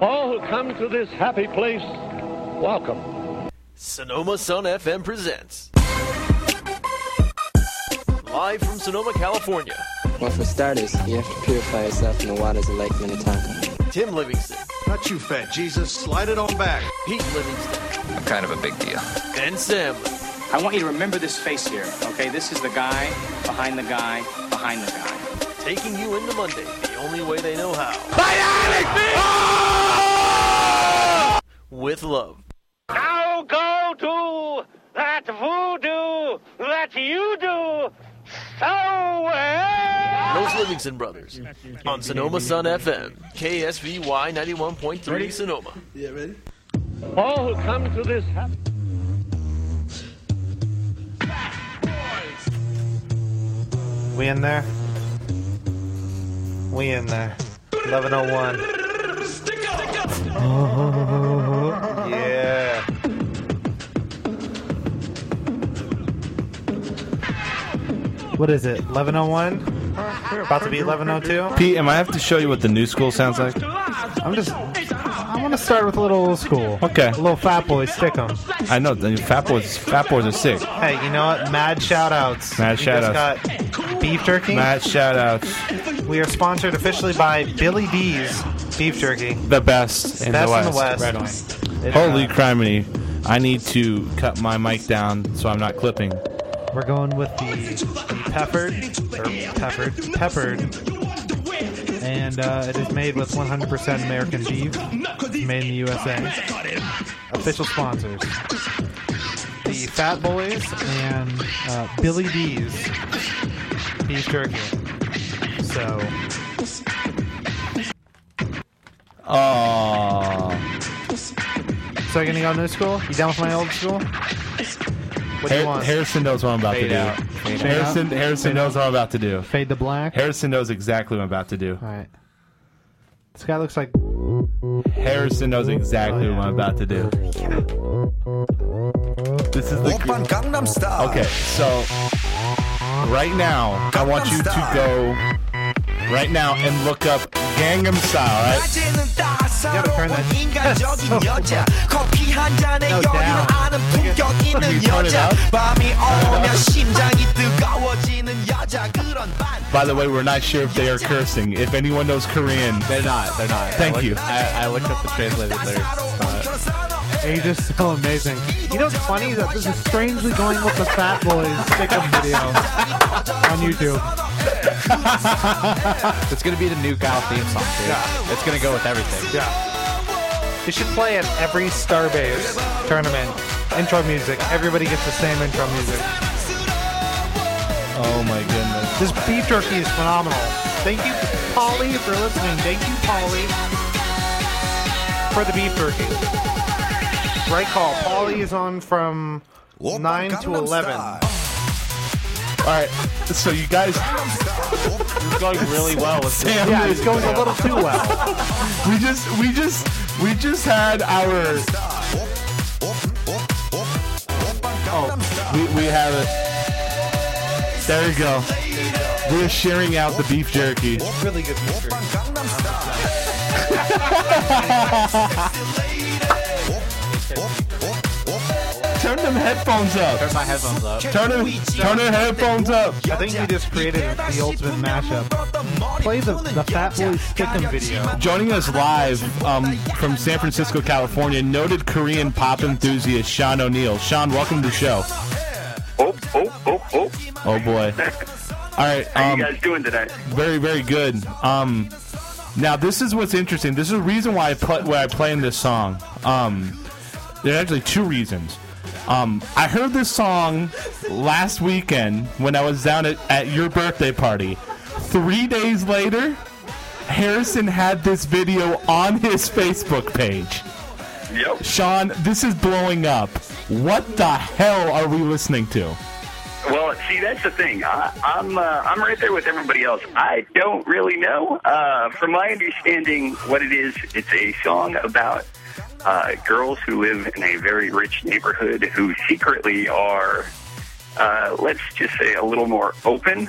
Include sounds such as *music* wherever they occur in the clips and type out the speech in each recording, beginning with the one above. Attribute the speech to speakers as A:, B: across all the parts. A: All who come to this happy place, welcome.
B: Sonoma Sun FM presents. Live from Sonoma, California,
C: Well, for starters, you have to purify yourself in the waters of Lake Minnetonka.
B: Tim Livingston,
D: Not you, fat Jesus. Slide it on back.
B: Pete Livingston,
E: kind of a big deal.
B: and Sam.
F: I want you to remember this face here, okay? This is the guy behind the guy behind the guy.
B: Taking you into Monday the only way they know how. With love.
A: Now go to that voodoo that you do so
B: Those Livingston brothers on Sonoma Sun FM, KSVY 91.3 Sonoma.
A: well. All who come to this happy
G: We in there? We in there. 1101. yeah. What is it? 1101? About to be 1102?
H: Pete, am I have to show you what the new school sounds like?
G: I'm just. I want to start with a little old school.
H: Okay.
G: A little fat boy, stick 'em.
H: I know the fat boys. Fat boys are sick.
G: Hey, you know what? Mad shout outs.
H: Mad shout-outs.
G: just got beef jerky.
H: Matt, shout outs.
G: We are sponsored officially by Billy D's Beef Jerky.
H: The best in
G: Best
H: the
G: in
H: west.
G: the West. It's,
H: Holy
G: uh,
H: criminy! I need to cut my mic down so I'm not clipping.
G: We're going with the, the peppered, or peppered, peppered, and uh, it is made with 100% American beef, made in the USA. Official sponsors: the Fat Boys and uh, Billy D's beef jerky. So
H: Aww.
G: So you're gonna go new school? You down with my old school? What do you want?
H: Harrison knows what I'm about
G: Fade
H: to do.
G: out. Fade
H: Harrison,
G: out.
H: Harrison
G: Fade
H: knows what I'm about to do.
G: Fade to black.
H: Harrison knows exactly what I'm about to do.
G: All right. This guy looks like
H: Harrison knows exactly what I'm about to do.
G: Oh,
H: This is the.
E: Opern Gangnam Style.
H: Okay, so right now, I want you to go right now and look up Gangnam Style, right?
E: 낮에는
G: turn
E: 따사로운
G: that-
H: *laughs*
E: 인간적인 여자 커피 한 잔에
G: No,
E: 열이를
G: down.
E: 아는 품격
H: You
E: 있는
H: turn it
E: 여자
H: up?
E: 밤이 오면 심장이 뜨거워지는 여자 그런 반
H: By the way, we're not sure if they are cursing. If anyone knows Korean, they're not. They're not. Thank you. I, I looked up the translated
G: he's just so amazing. You know what's funny is that this is strangely going with the Fat Boys stick-up video on YouTube.
H: It's gonna be the new Gal theme song, dude. It's gonna go with everything.
G: Yeah. You should play at every Starbase tournament. Intro music. Everybody gets the same intro music.
H: Oh my goodness.
G: This beef jerky is phenomenal. Thank you, Polly, for listening. Thank you, Polly, for the beef jerky. Right call. Polly is on from 9 to 11.
H: All right. So you guys going really well with Sam.
G: Yeah, it's going a little too well.
H: *laughs* We just, we just, we just had our oh, We, we have it. There you go. We're sharing out the beef jerky.
G: really good beef jerky.
H: Turn them headphones up.
F: My headphones up.
H: Turn them, turn them headphones up.
G: I think we just created the ultimate mashup. Play the, the Fat Boys Stickum video.
H: Joining us live um, from San Francisco, California, noted Korean pop enthusiast Sean O'Neill. Sean, welcome to the show.
I: Oh, oh, oh, oh.
H: Oh
I: *laughs*
H: boy. All right.
I: How
H: Um,
I: you guys doing today?
H: very very good um now this is what's interesting this is the reason why i put why i play in this song um there are actually two reasons um i heard this song last weekend when i was down at, at your birthday party three days later harrison had this video on his facebook page
I: Yep.
H: sean this is blowing up what the hell are we listening to
I: Well, see, that's the thing. I, I'm uh, I'm right there with everybody else. I don't really know. Uh, from my understanding, what it is, it's a song about uh, girls who live in a very rich neighborhood who secretly are, uh, let's just say, a little more open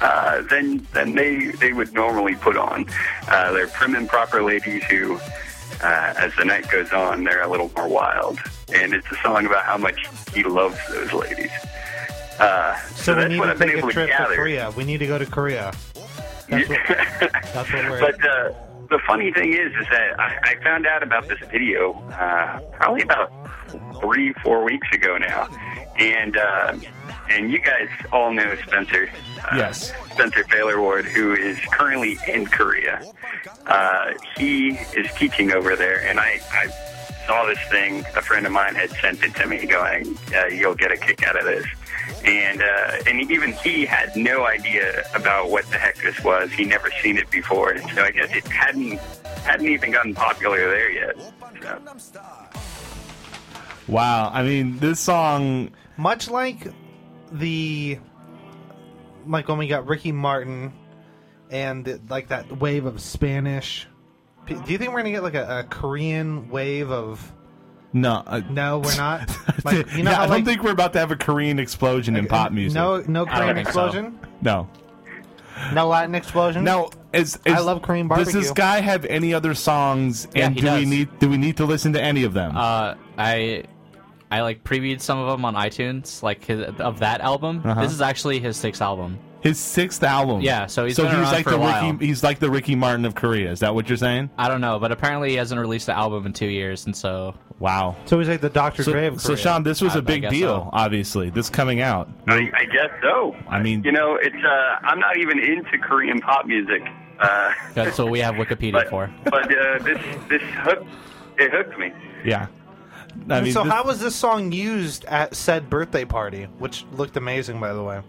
I: uh, than than they they would normally put on. Uh, they're prim and proper ladies who. uh, as the night goes on, they're a little more wild. And it's a song about how much he loves those ladies. Uh,
G: So we
I: that's
G: need
I: what
G: to
I: I've been
G: take
I: able
G: a
I: to
G: trip to
I: gather.
G: Korea. We need to go to Korea. That's
I: *laughs*
G: what, that's what we're.
I: But uh, the funny thing is, is that I, I found out about this video uh, probably about three, four weeks ago now, and uh, and you guys all know Spencer. Uh,
H: Yes.
I: Spencer Taylor Ward, who is currently in Korea. Uh, he is teaching over there, and I, I saw this thing. A friend of mine had sent it to me, going, uh, "You'll get a kick out of this." And uh, and even he had no idea about what the heck this was. He never seen it before, and so I guess it hadn't hadn't even gotten popular there yet. So,
H: Wow. I mean, this song.
G: much like the like when we got Ricky Martin and the, like that wave of Spanish. P- Do you think we're gonna get like a, a Korean wave of?
H: No. Uh,
G: No, we're not.
H: yeah,
J: *laughs*
G: how,
H: I don't
G: like,
H: think we're about to have a Korean explosion in pop music.
G: No, no
B: I don't
G: Korean
B: think so.
G: explosion.
H: No.
G: No Latin explosion.
H: Now, is, is
G: I love Korean
H: Does this
G: barbecue.
H: guy have any other songs?
J: Yeah,
H: and
J: he
H: do we
J: does.
H: need do we need to listen to any of them?
J: Uh, I I like previewed some of them on iTunes, like his, of that album.
H: Uh-huh.
J: This is actually his sixth album.
H: His sixth album.
J: Yeah, so he's
H: so
J: been
H: he was
J: around
H: like
J: for
H: the
J: a while.
H: Ricky. He's like the Ricky Martin of Korea. Is that what you're saying?
J: I don't know, but apparently he hasn't released an album in two years, and so
H: Wow.
G: so he's like the Dr. Dre
H: So,
G: of
H: so
G: Korea.
H: Sean, this was
J: I-
H: a
J: I
H: big
J: guess
H: deal.
J: so.
H: Obviously, this coming out.
I: I, I guess so.
H: I mean-
I: you know, it's uh, I'm not even into Korean pop music. Uh,
J: that's what we have Wikipedia
I: but
J: for.
I: but uh, this this hooked it hooked me.
H: Yeah. I mean,
G: so
H: this-
G: how was this song used at said birthday party, which looked amazing, by the way?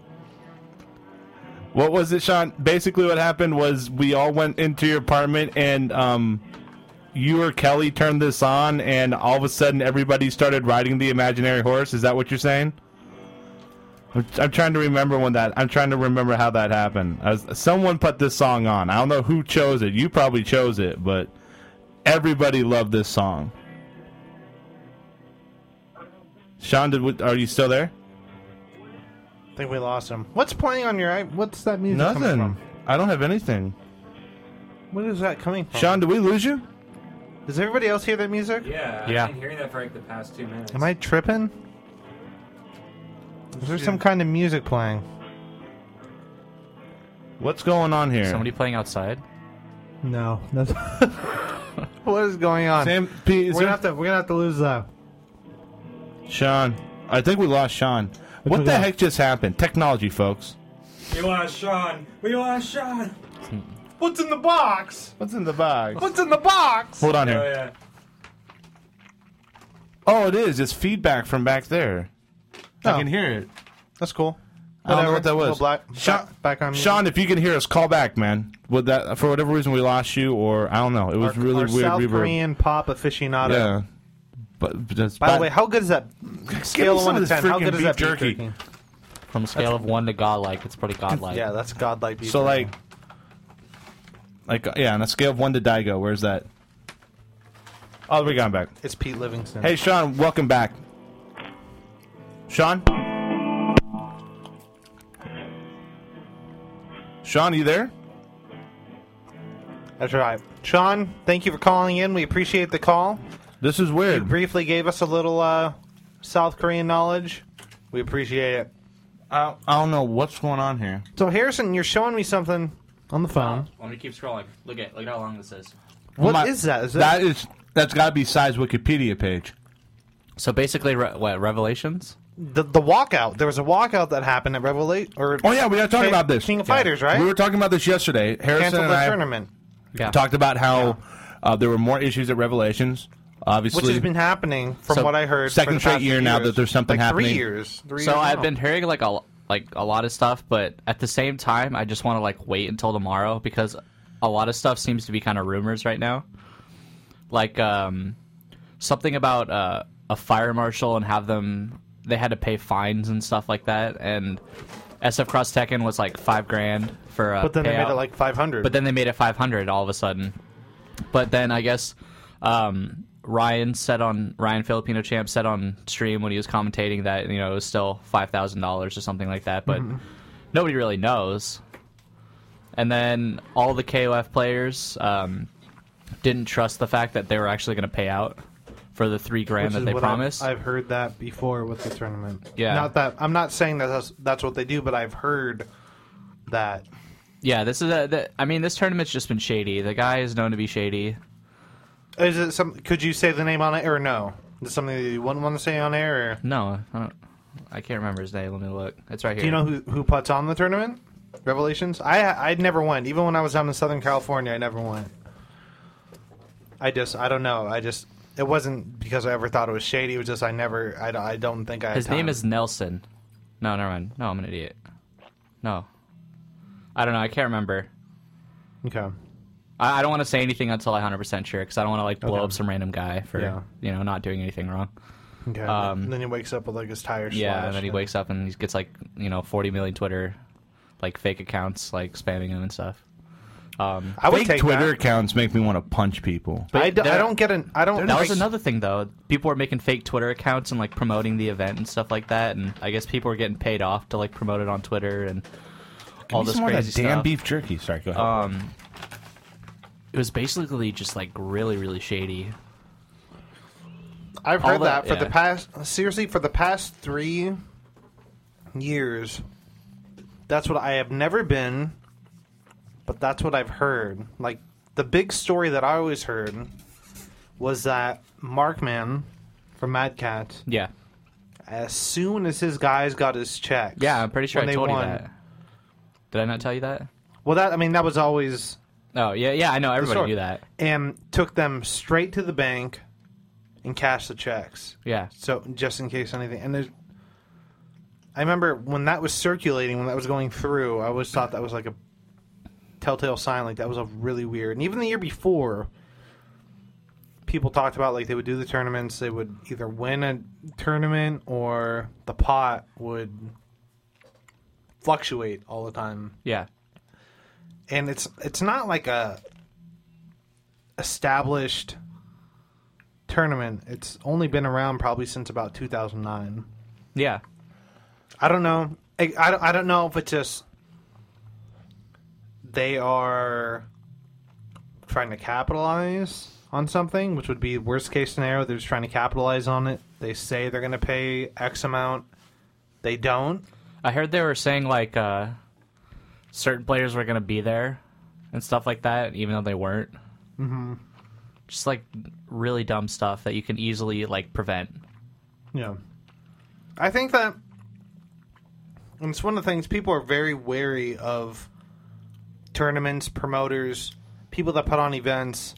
H: what was it, Sean? Basically, what happened was we all went into your apartment, and um, you or Kelly turned this on, and all of a sudden, everybody started riding the imaginary horse. Is that what you're saying? I'm, I'm trying to remember when that. I'm trying to remember how that happened. I was, someone put this song on. I don't know who chose it. You probably chose it, but everybody loved this song. Sean, did, we- are you still there?
G: I think we lost him. What's playing on your? i- What's that music coming
H: Nothing.
G: from?
H: I don't have anything.
G: What is that coming from?
H: Sean, did we lose you?
G: does everybody else hear that music?
K: Yeah,
J: Yeah.
K: I've been hearing that for like the past two minutes.
G: Am I tripping? Is there some kind of music playing?
H: What's going on here?
J: Somebody playing outside.
G: No. That's *laughs* what is going on?
H: Sam, P,
G: we're
H: is
G: gonna
H: there-
G: have to. We're gonna have to lose that.
H: Sean, I think we lost Sean.
G: we
H: What the
G: got?
H: heck just happened? Technology, folks.
K: We lost Sean. We lost Sean.
G: What's in the box?
H: What's in the box?
G: What's in the box?
H: Hold on
K: Oh
H: here.
K: yeah.
H: Oh, it is. It's feedback from back there.
G: Oh.
H: I can hear it.
G: That's cool.
H: I don't
G: Whatever.
H: know what that
G: Little
H: was.
G: Black,
H: Sean,
G: back, background music.
H: Sean, if you can hear us, call back, man. With that, for whatever reason, we lost you, or I don't know. It
G: our,
H: was really
G: our
H: weird.
G: South
H: reverb.
G: Korean pop aficionado.
H: Yeah. But, but
G: By the way, how good is that
H: give
G: scale of
H: me some
G: one to
H: of this
G: ten? How
H: freaking
G: good is
H: beef
G: that beef
H: jerky.
J: From a scale of one to godlike, it's pretty godlike.
G: Yeah, that's godlike beef.
H: so
G: jerky.
H: like, like yeah, on a scale of one to Daigo, where's that? Oh, we got him back.
G: it's Pete Livingston.
H: Hey, Sean, welcome back. Sean? Sean, you there?
G: that's right. Sean, thank you for calling in. We appreciate the call.
H: This is
G: You
H: weird.
G: briefly gave us a little uh, South Korean knowledge. We appreciate it.
H: I, I don't know what's going on here.
G: So Harrison, you're showing me something on the phone.
J: Let me keep scrolling. Look at look at how long this is.
G: What is
H: My-
G: that? Is that,
H: That is that's got to be size Wikipedia page.
J: So basically, re- what revelations?
G: the, the walkout? There was a walkout that happened at Revelate or
H: Oh yeah, we got to talk
G: King-
H: about this.
G: King of
H: Yeah.
G: Fighters, right?
H: We were talking about this yesterday. Harrison
G: canceled
H: and
G: the
H: I
G: tournament,
J: Yeah.
H: talked about how uh, there were more issues at Revelations. Obviously,
G: which has been happening from
J: So,
G: what I heard. for
H: second
G: the
H: straight
G: past
H: year
G: few
H: now
G: years.
H: that there's something
G: like
H: happening.
G: Three years. Three
J: So
G: years
J: I've
G: now.
J: been hearing like a like a lot of stuff, but at the same time, I just want to like wait until tomorrow because a lot of stuff seems to be kind of rumors right now. Like um, something about uh, a fire marshal and have them they had to pay fines and stuff like that, and SF Cross Tekken was like five grand for. Uh,
G: but then they made
J: payout.
G: it like 500.
J: But then they made it 500 all of a sudden. But then I guess um, Ryan said on Ryan Filipino Champ said on stream when he was commentating that you know it was still five thousand dollars or something like that. But nobody really knows. And then all the KOF players, um, didn't trust the fact that they were actually going to pay out for the three grand
G: Which
J: that
G: is
J: they
G: what I've-
J: promised.
G: I've, heard that before with the tournament.
J: Yeah.
G: Not that I'm not saying that that's, that's what they do, but I've heard that.
J: yeah, this is a. The, I mean, this tournament's just been shady. The guy is known to be shady.
G: Is it some? Could you say the name on it or no? Is it something that you wouldn't want to say on air? Or?
J: No, I don't. I can't remember his name. Let me look. It's right here.
G: Do you know who who puts on the tournament? Revelations. I I never won. Even when I was down in Southern California, I never won. I just I don't know. I just it wasn't because I ever thought it was shady. It was just I never I, don't- I don't think I. had
J: His name
G: time.
J: is Nelson. No, never mind. No, I'm an idiot. No. I don't know. I can't remember.
G: Okay.
J: I, I don't want to say anything until I 100% sure because I don't want to like blow
G: Okay.
J: up some random guy for
G: Yeah.
J: you know not doing anything wrong.
G: Okay.
J: Um,
G: and then he wakes up with like his tire.
J: yeah,
G: slashed
J: and then he wakes up and he gets like you know 40 million Twitter like fake accounts like spamming him and stuff. Um,
H: Fake Twitter accounts make me want to punch people.
J: But
G: I, d- I
J: there-
G: don't get an I don't.
J: That
G: like-
J: was another thing, though. People were making fake Twitter accounts and like promoting the event and stuff like that, and I guess people were getting paid off to like promote it on Twitter and all
H: me
J: this
H: some more of that
J: crazy
H: damn
J: stuff.
H: beef jerky. Sorry, go ahead.
J: Um, it was basically just like really, really shady.
G: I've
J: all
G: heard
J: that-
G: that, for
J: yeah.
G: the past seriously for the past three years. That's what I have never been, but that's what I've heard. Like the big story that I always heard was that Markman from Mad Cat,
J: Yeah,
G: as soon as his guys got his checks,
J: yeah. I'm pretty sure
G: when
J: I
G: they
J: told
G: won-
J: you that. Did I not tell you that?
G: Well, that I mean that was always
J: Oh yeah, yeah. I know
G: the
J: everybody
G: story.
J: knew that.
G: and took them straight to the bank and cashed the checks.
J: Yeah,
G: So just in case anything, and there's, I remember when that was circulating, when that was going through, I always thought that was like a telltale sign, like that was a really weird. And even the year before, people talked about like they would do the tournaments, they would either win a tournament or the pot would fluctuate all the time
J: yeah.
G: and it's it's not like a established tournament. It's only been around probably since about 2009.
J: Yeah.
G: I don't know. I, I, don't- I don't know if it's just they are trying to capitalize on something, which would be worst case scenario. They're just trying to capitalize on it. They say they're going to pay X amount. They don't.
J: I heard they were saying like uh, certain players were gonna be there and stuff like that, even though they weren't.
G: Mm-hmm.
J: Just like really dumb stuff that you can easily like prevent.
G: Yeah. I think that and it's one of the things people are very wary of tournaments, promoters, people that put on events.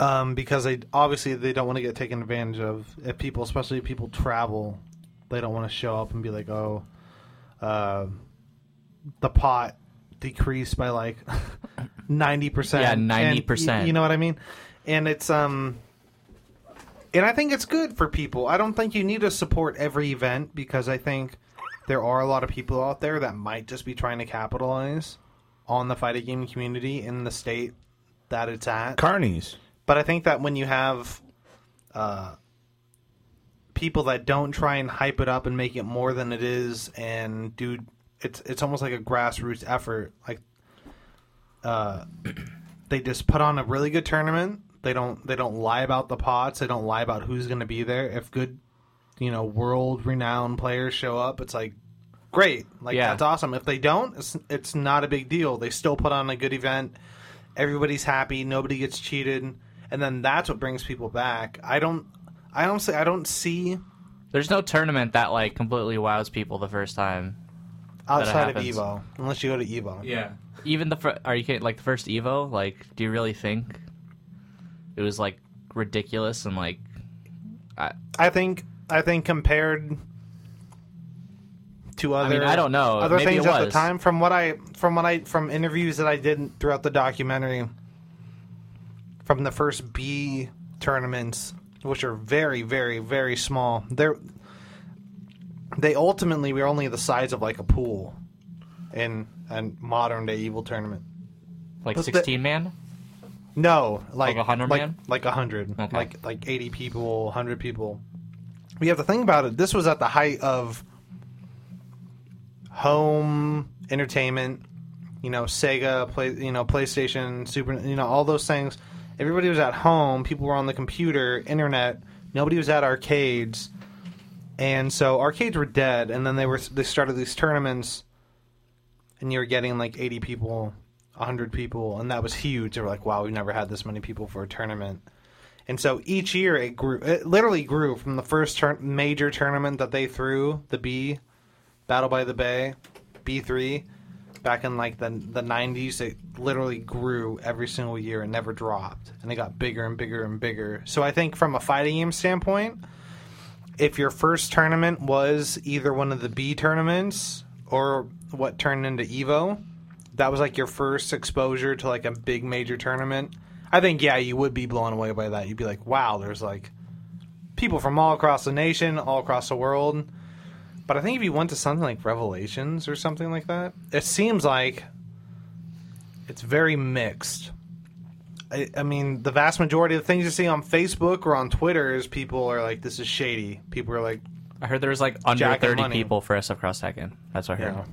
G: Um, because they obviously they don't want to get taken advantage of. If people, especially if people travel, they don't want to show up and be like, "Oh, uh, the pot decreased by like *laughs* ninety percent."
J: Yeah, 90%.
G: You know what I mean? And it's um, and I think it's good for people. I don't think you need to support every event because I think there are a lot of people out there that might just be trying to capitalize on the fighting game community in the state that it's at.
H: Carnies.
G: But I think that when you have uh, people that don't try and hype it up and make it more than it is, and do it's it's almost like a grassroots effort. Like uh, they just put on a really good tournament. They don't they don't lie about the pots. They don't lie about who's going to be there. If good, you know, world renowned players show up, it's like great. Like
J: Yeah.
G: that's awesome. If they don't, it's it's not a big deal. They still put on a good event. Everybody's happy. Nobody gets cheated, and then that's what brings people back. I don't. I honestly I don't see
J: There's no tournament that like completely wows people the first time. that it
G: outside of
J: happens.
G: Evo unless you go to Evo.
K: Yeah.
J: Even the fir- are you kidding? Like the first Evo, like do you really think it was like ridiculous and like I,
G: I think I think compared to
J: I
G: other
J: mean, I don't know.
G: other
J: Maybe
G: things
J: it
G: at the
J: was.
G: time from what I from what I from interviews that I did throughout the documentary from the first B tournaments which are very very very small. They're they ultimately were only the size of like a pool in a modern day evil tournament.
J: like
G: But the-
J: 16 man?
G: No, like
J: Like a hundred
G: like,
J: man?
G: like a hundred,
J: Okay.
G: like like eighty people, hundred people. We have to think about it. This was at the height of home entertainment, you know, Sega, play, you know, PlayStation, Super, you know, all those things. Everybody was at home. People were on the computer, internet. Nobody was at arcades, and so arcades were dead. And then they were they started these tournaments, and you were getting like eighty people, hundred people, and that was huge. They were like, wow, we've never had this many people for a tournament. And so each year it grew. It literally grew from the first tur- major tournament that they threw, the B, Battle by the Bay, B three, back in like the the nineties. It literally grew every single year and never dropped, and it got bigger and bigger and bigger. So I think from a fighting game standpoint, if your first tournament was either one of the B tournaments or what turned into Evo, that was like your first exposure to like a big major tournament. I think yeah, you would be blown away by that. You'd be like, wow, there's like people from all across the nation, all across the world. But I think if you went to something like Revelations or something like that, it seems like it's very mixed. I, I mean, the vast majority of the things you see on Facebook or on Twitter is people are like, "This is shady." People are like,
J: I heard there was like under
G: Jack and
J: 30
G: money.
J: people for SF Cross Tekken. That's what I heard.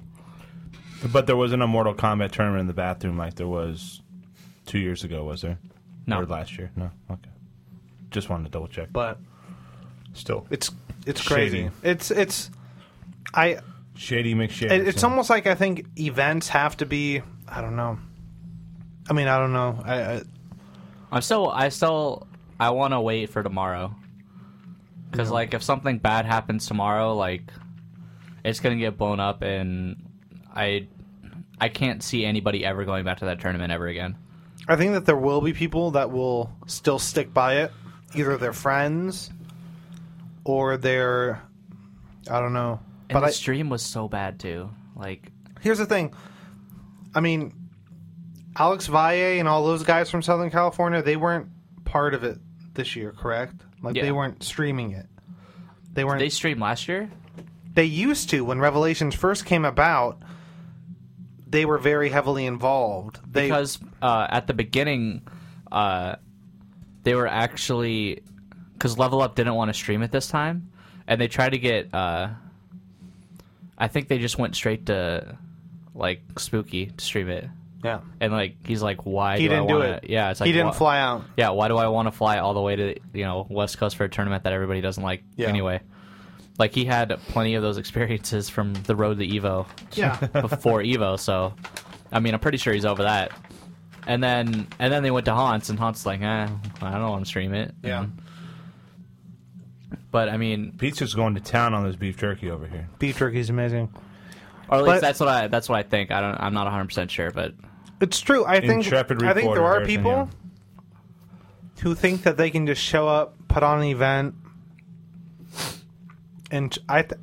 H: But there wasn't a Mortal Kombat tournament in the bathroom like there was two years ago, was there?
J: No.
H: Or last year? No. Okay. Just wanted to double check.
G: But
H: still,
G: it's it's
H: Shady.
G: crazy. It's it's I
H: shady McShady.
G: It, it's almost like I think events have to be. I don't know. I mean, I don't know. I, I
J: I'm still, I still, I want to wait for tomorrow. Because, like, if something bad happens tomorrow, like, it's going to get blown up, and I, I can't see anybody ever going back to that tournament ever again.
G: I think that there will be people that will still stick by it. Either they're friends, or they're. I don't know.
J: And
G: But
J: the
G: I,
J: stream was so bad, too. Like,
G: here's the thing. I mean, Alex Valle and all those guys from Southern California, they weren't part of it this year, correct? Like
J: Yeah.
G: they weren't streaming it. They weren't.
J: they streamed last year?
G: they used to when revelations first came about they were very heavily involved they
J: because uh, at the beginning, uh, they were actually because Level Up didn't want to stream it this time, and they tried to get. Uh, I think they just went straight to like Spooky to stream it,
G: yeah
J: and like he's like, "Why
G: he
J: do
G: didn't
J: I
G: do
J: wanna-"
G: it
J: Yeah, it's like
G: he didn't
J: wha-
G: fly out
J: Yeah, why do I want to fly all the way to you know West Coast for a tournament that everybody doesn't like
G: Yeah.
J: anyway? Like he had plenty of those experiences from the road to Evo
G: yeah
J: *laughs* before Evo, so I mean I'm pretty sure he's over that. And then and then they went to Hans and Hans like, eh, I don't want to stream it.
G: yeah
J: But I mean
H: Pete's just going to town on this beef jerky over here.
G: beef jerky is amazing
J: or at least
G: But-
J: that's what I that's what I think. I don't I'm not hundred percent sure, but
G: it's true i think
H: Intrepid
G: i think
H: reporter,
G: there are
H: Harrison
G: people
H: Young.
G: who think that they can just show up put on an event and i th-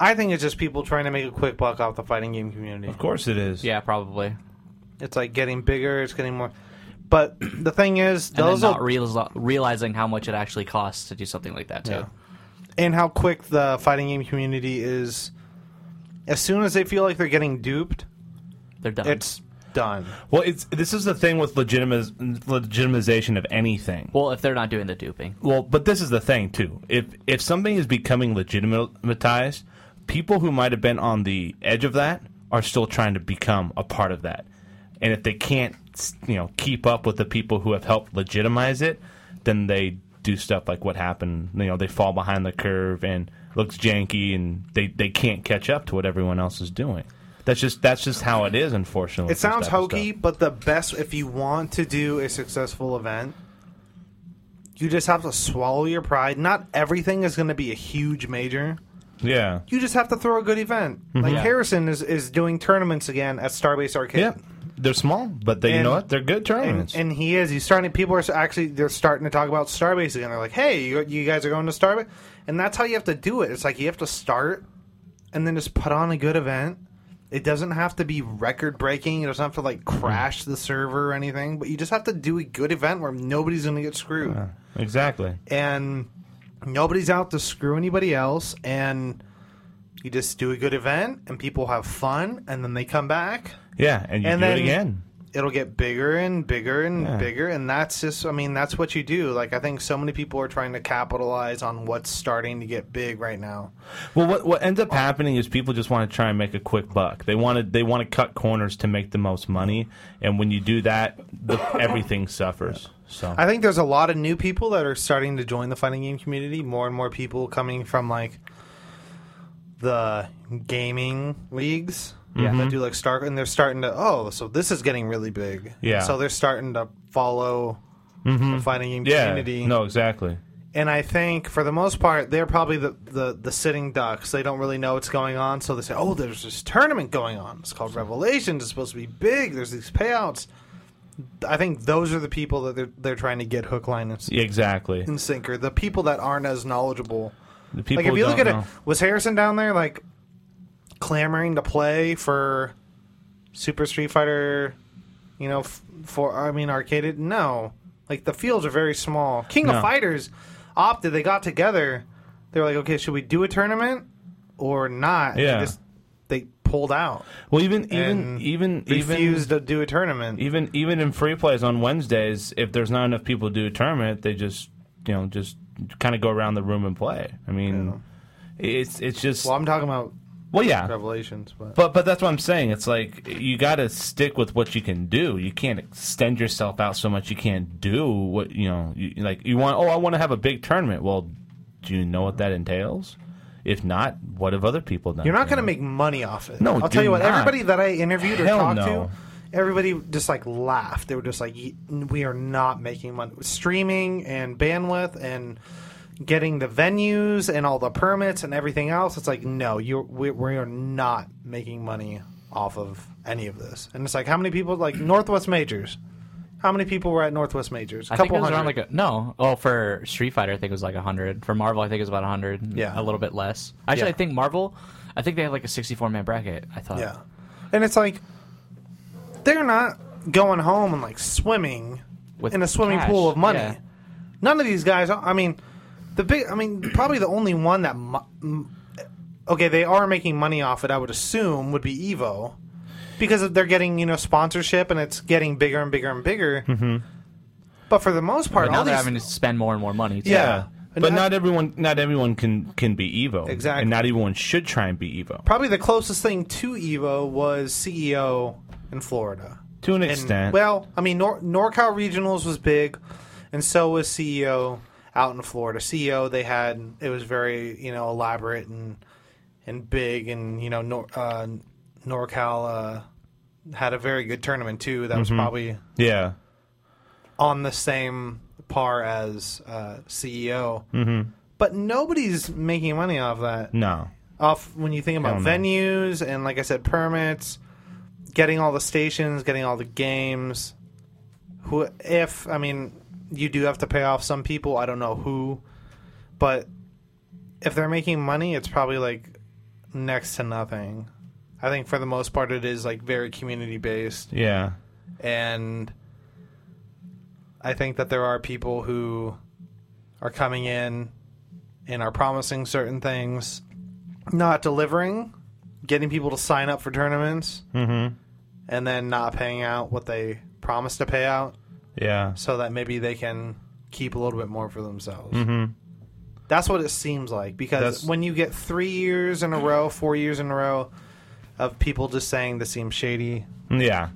G: i think it's just people trying to make a quick buck off the fighting game community
H: Of course it is.
J: yeah, probably. And
G: it's like getting bigger it's getting more but the thing is
J: then
G: those will
J: not real, realizing how much it actually costs to do something like that too.
G: Yeah. and how quick the fighting game community is. As soon as they feel like they're getting duped,
J: They're done.
G: it's done.
H: Well, it's this is the thing with legitimiz- legitimization of anything.
J: well, if they're not doing the duping.
H: Well, but this is the thing too. If if something is becoming legitimatized, people who might have been on the edge of that are still trying to become a part of that. And if they can't, s- you know, keep up with the people who have helped legitimize it, then they do stuff like what happened. You know, they fall behind the curve and looks janky, and they they can't catch up to what everyone else is doing. That's just that's just how it is. Unfortunately,
G: It
H: with this
G: sounds
H: type of
G: hokey,
H: stuff.
G: but the best if you want to do a successful event, you just have to swallow your pride. Not everything is going to be a huge major.
H: Yeah.
G: You just have to throw a good event. Like Harrison is, is doing tournaments again at Starbase Arcade.
H: Mhm. Yeah, they're small, but they, you
G: And-
H: know what? They're good
G: And,
H: tournaments.
G: and he is. He's starting. People are actually they're starting to talk about Starbase again. They're like, "Hey, you, you guys are going to Starbase," and that's how you have to do it. It's like you have to start, and then just put on a good event. It doesn't have to be record breaking. It doesn't have to like crash the server or anything. But you just have to do a good event where nobody's going to get screwed,
H: exactly.
G: and nobody's out to screw anybody else. And you just do a good event, and people have fun, and then they come back.
H: Yeah, and you
G: And
H: do
G: then-
H: it again.
G: it'll get bigger and bigger and
H: Yeah.
G: bigger and that's just i mean that's what you do like i think so many people are trying to capitalize on what's starting to get big right now
H: Well, what what ends up happening is people just want to try and make a quick buck. They want to they want to cut corners to make the most money, and when you do that, the, everything suffers. So
G: I think there's a lot of new people that are starting to join the fighting game community. More and more people coming from like the gaming leagues.
H: Yeah. Mm-hmm.
G: That do like Stark and they're starting to oh, so this is getting really big.
H: Yeah.
G: So they're starting to follow
H: Mhm.
G: the fighting game
H: yeah,
G: community.
H: no, exactly.
G: And I think for the most part, they're probably the, the, the sitting ducks. They don't really know what's going on, so they say, Oh, there's this tournament going on. It's called Revelations, it's supposed to be big, there's these payouts. I think those are the people that they're they're trying to get hook, line, and
H: Yeah, exactly.
G: and sinker. The people that aren't as knowledgeable.
H: The people
G: like if you
H: don't
G: look at
H: know.
G: it, was Harrison down there like clamoring to play for Super Street Fighter? You know, f- for I mean, arcaded. No, like the fields are very small. King
H: No.
G: of Fighters opted. They got together. They were like, okay, should we do a tournament or not?
H: Yeah.
G: They, just, they pulled out.
H: Well, even even
G: And
H: even
G: refused
H: even,
G: to do a tournament.
H: Even even in free plays on Wednesdays, if there's not enough people to do a tournament, they just you know just kind of go around the room and play. I mean, it's it's just. Well,
G: I'm talking about.
H: Well, yeah.
G: Revelations, but
H: But but that's what I'm saying. It's like you got to stick with what you can do. You can't extend yourself out so much you can't do what you know. You, like you want. Oh, I want to have a big tournament. Well, do you know what that entails? If not, what have other people done?
G: You're not going to make money off it.
H: No,
G: I'll
H: do
G: tell you what.
H: not.
G: Everybody that I interviewed or
H: Hell
G: talked
H: no.
G: to, everybody just like laughed. They were just like, "Y- "We are not making money. Streaming and bandwidth and getting the venues and all the permits and everything else. It's like, no, you we, we are not making money off of any of this. And it's like, how many people like Northwest Majors? How many people were at Northwest Majors?
J: I think it was around like a no. Oh, for Street Fighter, I think it was like hundred. For Marvel, I think it was about hundred.
G: Yeah.
J: a little bit less. Actually,
G: Yeah.
J: I think Marvel. I think they had like a sixty-four man bracket. I thought.
G: Yeah. And it's like they're not going home and like swimming
J: With
G: in a swimming
J: cash,
G: pool of money.
J: yeah.
G: None of these guys. are- I mean, the big. I mean, probably the only one that. mu- m- Okay, they are making money off it. I would assume would be Evo, because they're getting you know sponsorship and it's getting bigger and bigger and bigger.
J: Mm-hmm.
G: But for the most part,
J: But now
G: all
J: they're
G: these
J: having to spend more and more money. too.
H: Yeah. But not everyone, not everyone can can be Evo. Exactly. And not everyone should try and be Evo.
G: probably the closest thing to Evo was CEO in Florida.
H: To an
G: And-
H: extent.
G: well, I mean, Nor- NorCal Regionals was big, and so was CEO out in Florida. CEO, they had it was very you know elaborate and and big, and you know Nor- uh, NorCal uh, had a very good tournament too. That was
H: Mhm.
G: probably
H: Yeah.
G: on the same par as uh, CEO,
H: Mm-hmm.
G: but nobody's making money off that
H: No.
G: off when you think about
H: Hell no.
G: venues and like I said, permits, getting all the stations, getting all the games. Who if I mean you do have to pay off some people, I don't know who, but if they're making money, it's probably like next to nothing. I think for the most part it is like very community based
H: Yeah.
G: and I think that there are people who are coming in and are promising certain things, not delivering, getting people to sign up for tournaments,
H: Mm-hmm.
G: and then not paying out what they promised to pay out,
H: Yeah.
G: so that maybe they can keep a little bit more for themselves.
H: Mm-hmm.
G: That's what it seems like because
H: That's-
G: when you get three years in a row, four years in a row of people just saying this seems shady,
H: Yeah.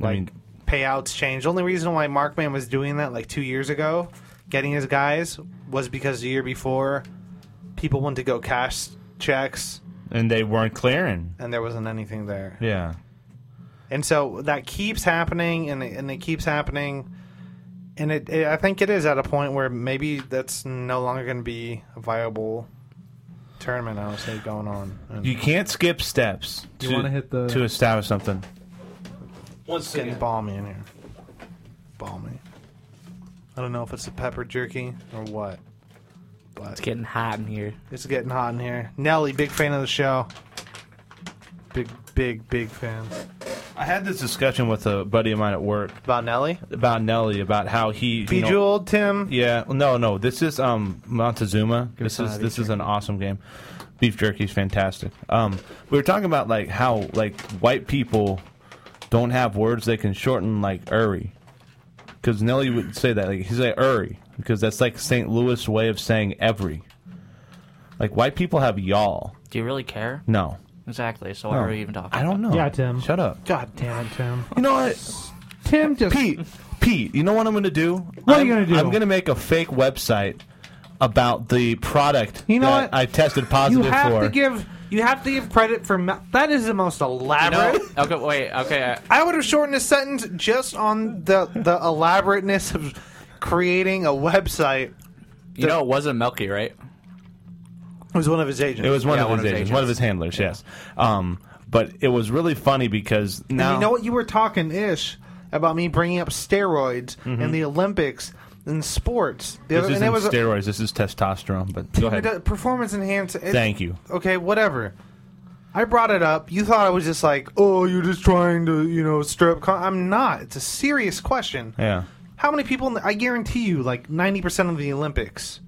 H: I
G: Like-
H: mean,
G: payouts change. The only reason why Markman was doing that like two years ago, getting his guys, was because the year before, people went to go cash checks
H: and they weren't clearing.
G: and there wasn't anything there.
H: Yeah.
G: And so that keeps happening and it, and it keeps happening. And it, it, I think it is at a point where maybe that's no longer going to be a viable tournament, I would say, going on. And
H: You can't skip steps
G: You
H: to,
G: wanna hit the-
H: to establish something.
G: it's getting balmy in here. Balmy. I don't know if it's the pepper jerky or what. But
J: it's getting hot in here.
G: It's getting hot in here. Nelly, big fan of the show. Big, big, big fan.
H: I had this discussion with a buddy of mine at work
G: about Nelly.
H: About Nelly, about how he you know-
G: Bejeweled, Tim.
H: Yeah, no, no. This is um Montezuma. This
G: some
H: is
G: of that
H: this is an awesome game. Beef jerky is fantastic. Um, we were talking about like how like white people don't have words they can shorten like Uri. Because Nelly would say that. Like, he's like Uri. Because that's like St. Louis way of saying every. Like, white people have y'all.
J: Do you really care?
H: No.
J: Exactly. So why
H: No.
J: are we even talking?
H: I don't know.
G: Yeah, Tim.
H: Shut up.
G: God damn it, Tim.
H: You know what?
G: Tim just.
H: Pete, Pete, you know what I'm going to do?
G: What are
H: I'm,
G: you gonna do?
H: I'm going to make a fake website about the product
G: You know
H: that
G: what?
H: I tested
G: you
H: positive
G: have
H: for.
G: to give. You have to give credit for. Ma- that is the most
J: You
G: elaborate.
J: know? okay, wait. Okay. uh,
G: *laughs*
J: I-
G: I would have shortened a sentence just on the the elaborateness of creating a website.
J: You know, it wasn't Melky, right? *laughs*
G: It was one of his agents.
H: It was one,
J: Yeah,
H: of, his agents, one of his handlers, yes. Um, but it was really funny because
G: And
H: now
G: you know what? You were talking ish about me bringing up steroids and the Olympics and sports. The
H: Mm-hmm. this
G: other- and
H: isn't
G: it was a-
H: steroids. This is testosterone.
G: *laughs*
H: But
G: it
H: go ahead.
G: does- performance enhancing.
H: Thank you.
G: Okay, whatever. I brought it up. You thought I was just like, oh, you're just trying to, you know, stir up. Con-. I'm not. It's a serious question.
H: Yeah.
G: How many people? In the, I guarantee you, like ninety percent of the Olympics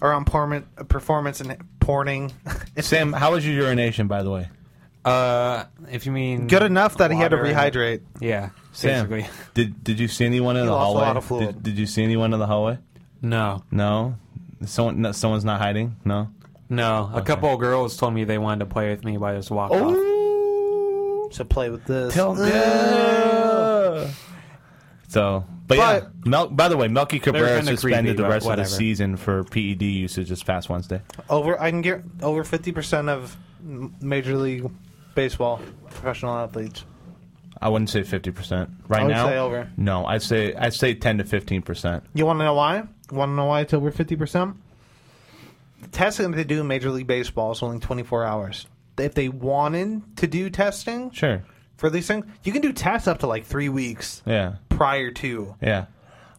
G: are on porn, performance and porning. *laughs* it's
H: Sam, how was your urination, by the way?
L: Uh, if you mean
G: good enough that he had to
L: Water.
G: rehydrate.
L: Yeah,
H: Sam,
L: basically. *laughs*
H: did did you see anyone in
G: He
H: the
G: lost a
H: hallway?
G: lot of fluid.
H: Did, did you see anyone in the hallway?
L: No,
H: No. Someone, no, someone's not hiding. No.
L: no. A couple of girls told me they wanted to play with me, but I just walked
G: Oh.
L: off.
G: So play with this.
H: Yeah. So, but, yeah.
G: But-
H: Mel- by the way, Melky Cabrera
L: kinda
H: suspended
L: creepy,
H: the
L: but
H: rest
L: whatever.
H: of the season for PED usage this past Wednesday.
G: over. I can get over fifty percent of m- Major League Baseball professional athletes.
H: I wouldn't say fifty percent right
G: I would
H: now.
G: say over.
H: No, I'd say I'd say ten to fifteen percent.
G: You want to know why? Want to know why it's over fifty percent? The testing they do in Major League Baseball is only twenty four hours. If they wanted to do testing
H: Sure.
G: for these things, you can do tests up to like three weeks
H: Yeah.
G: prior to.
H: Yeah.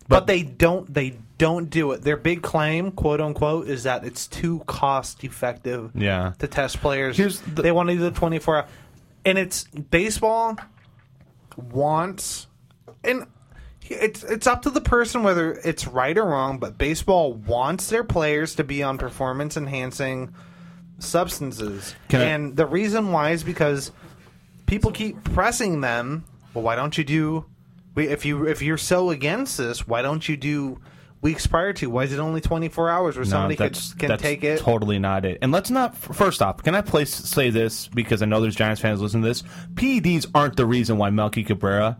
G: but they don't they don't do it. Their big claim, quote unquote, is that it's too cost effective
H: Yeah.
G: to test players.
H: Here's the-
G: they want to do the 24 hour. And it's baseball wants and it's it's up to the person whether it's right or wrong, but baseball wants their players to be on performance enhancing substances.
H: Can I-
G: and the reason why is because people keep pressing them. Well, why don't you do? we- If you if you're so against this, why don't you do weeks prior to? Why is it only 24 hours where
H: No,
G: somebody could,
H: that's-
G: can
H: that's
G: take it?
H: Totally not it. And let's not. f- First off, can I please say this because I know there's Giants fans listening to this. PEDs aren't the reason why Melky Cabrera.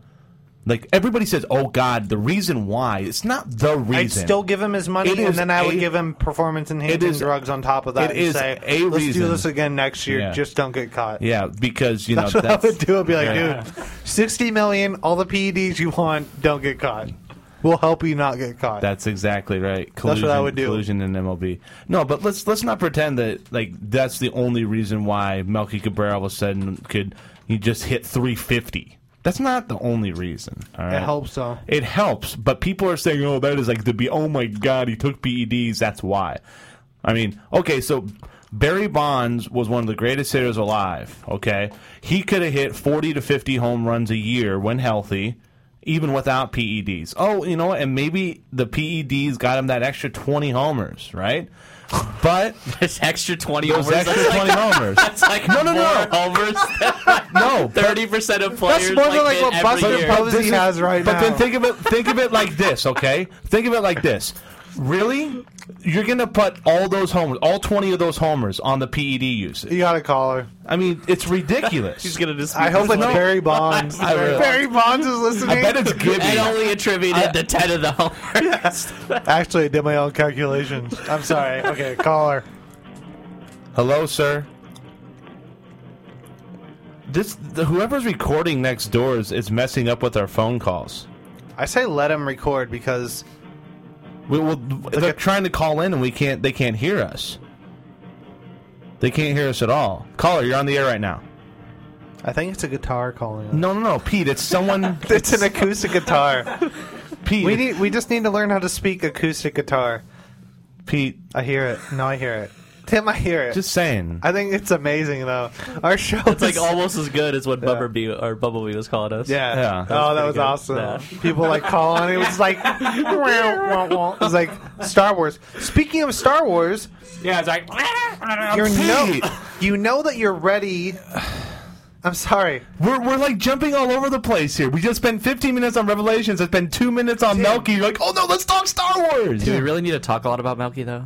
H: Like everybody says, oh God, the reason why it's not the reason.
G: I'd still give him his money,
H: It
G: and
H: is
G: then I would
H: a-
G: give him performance enhancing
H: is-
G: drugs on top of that.
H: it
G: and
H: is
G: say,
H: a
G: let's do
H: reason."
G: this again next year.
H: Yeah.
G: Just don't get caught.
H: Yeah, because you
G: That's
H: know
G: what *laughs* I would do. I'd be like,
H: Yeah.
G: dude, 60 million, all the PEDs you want, don't get caught. We'll help you not get caught.
H: That's exactly right.
G: what I
H: Collusion,
G: would do.
H: Collusion in MLB. No, but let's let's not pretend that like that's the only reason why Melky Cabrera all of a sudden could he just hit 350. That's not the only reason. All right?
G: it helps, though.
H: It helps, but people are saying, "Oh, that is like the be. Oh my God, he took PEDs. That's why." I mean, okay, so Barry Bonds was one of the greatest hitters alive. Okay, he could have hit forty to fifty home runs a year when healthy, even without PEDs. Oh, you know, what? and maybe the PEDs got him that extra twenty homers, right?
J: *laughs*
H: But
J: This extra 20
H: those
J: overs.
H: extra
J: That's like,
H: twenty homers.
J: that's *laughs* like
H: No, no,
J: more
H: no.
J: *laughs* overs
H: No, but-
J: 30% of players.
G: more than like
J: hit
G: what
J: every
G: Buster
J: year.
G: Posey-
H: this
G: he has right
H: but
G: now.
H: then think of it. Think of it like this, okay? Think of it like this. Really, you're gonna put all those homers, all twenty of those homers, on the PED usage?
G: You got to call her.
H: I mean, it's
J: *laughs*
H: ridiculous.
J: He's gonna just.
G: I hope it's Barry *laughs* Bonds.
H: I really-
G: Barry Bonds is listening.
H: I bet
J: *laughs*
H: it's
J: and
H: Gibby.
J: only attributed the 10 of
G: *laughs*
J: the homers.
G: Actually, I did my own calculations. I'm sorry. *laughs* Okay, call her.
H: Hello, sir. This the, whoever's recording next door is, is messing up with our phone calls.
G: I say let him record because
H: We, will they're trying to call in and we can't. They can't hear us. They can't hear us at all. Caller, you're on the air right now.
G: I think it's a guitar calling. us.
H: No, no, no, Pete. It's someone.
G: *laughs* It's an acoustic guitar.
H: Pete.
G: We need. We just need to learn how to speak acoustic guitar.
H: Pete.
G: I hear it. No, I hear it. Tim, I hear it.
H: Just saying.
G: I think it's amazing though. Our show
J: It's like almost as good as what
G: Yeah.
J: Bubber Bee or Bubblebee was calling
G: *laughs*
J: us.
G: Yeah.
H: Yeah. That
G: oh, that was
J: pretty good.
G: awesome.
J: Yeah.
G: People like call on it. It was like, *laughs* wah, wah, wah. it was like Star Wars. Speaking of Star Wars,
L: Yeah, it's like.
G: you know,
H: Pete.
G: you know that you're ready I'm sorry.
H: We're, we're like jumping all over the place here. We just spent 15 minutes on Revelations. I spent two minutes on Melky. You're like, oh no, let's talk Star Wars.
J: Do we really need to talk a lot about Melky though?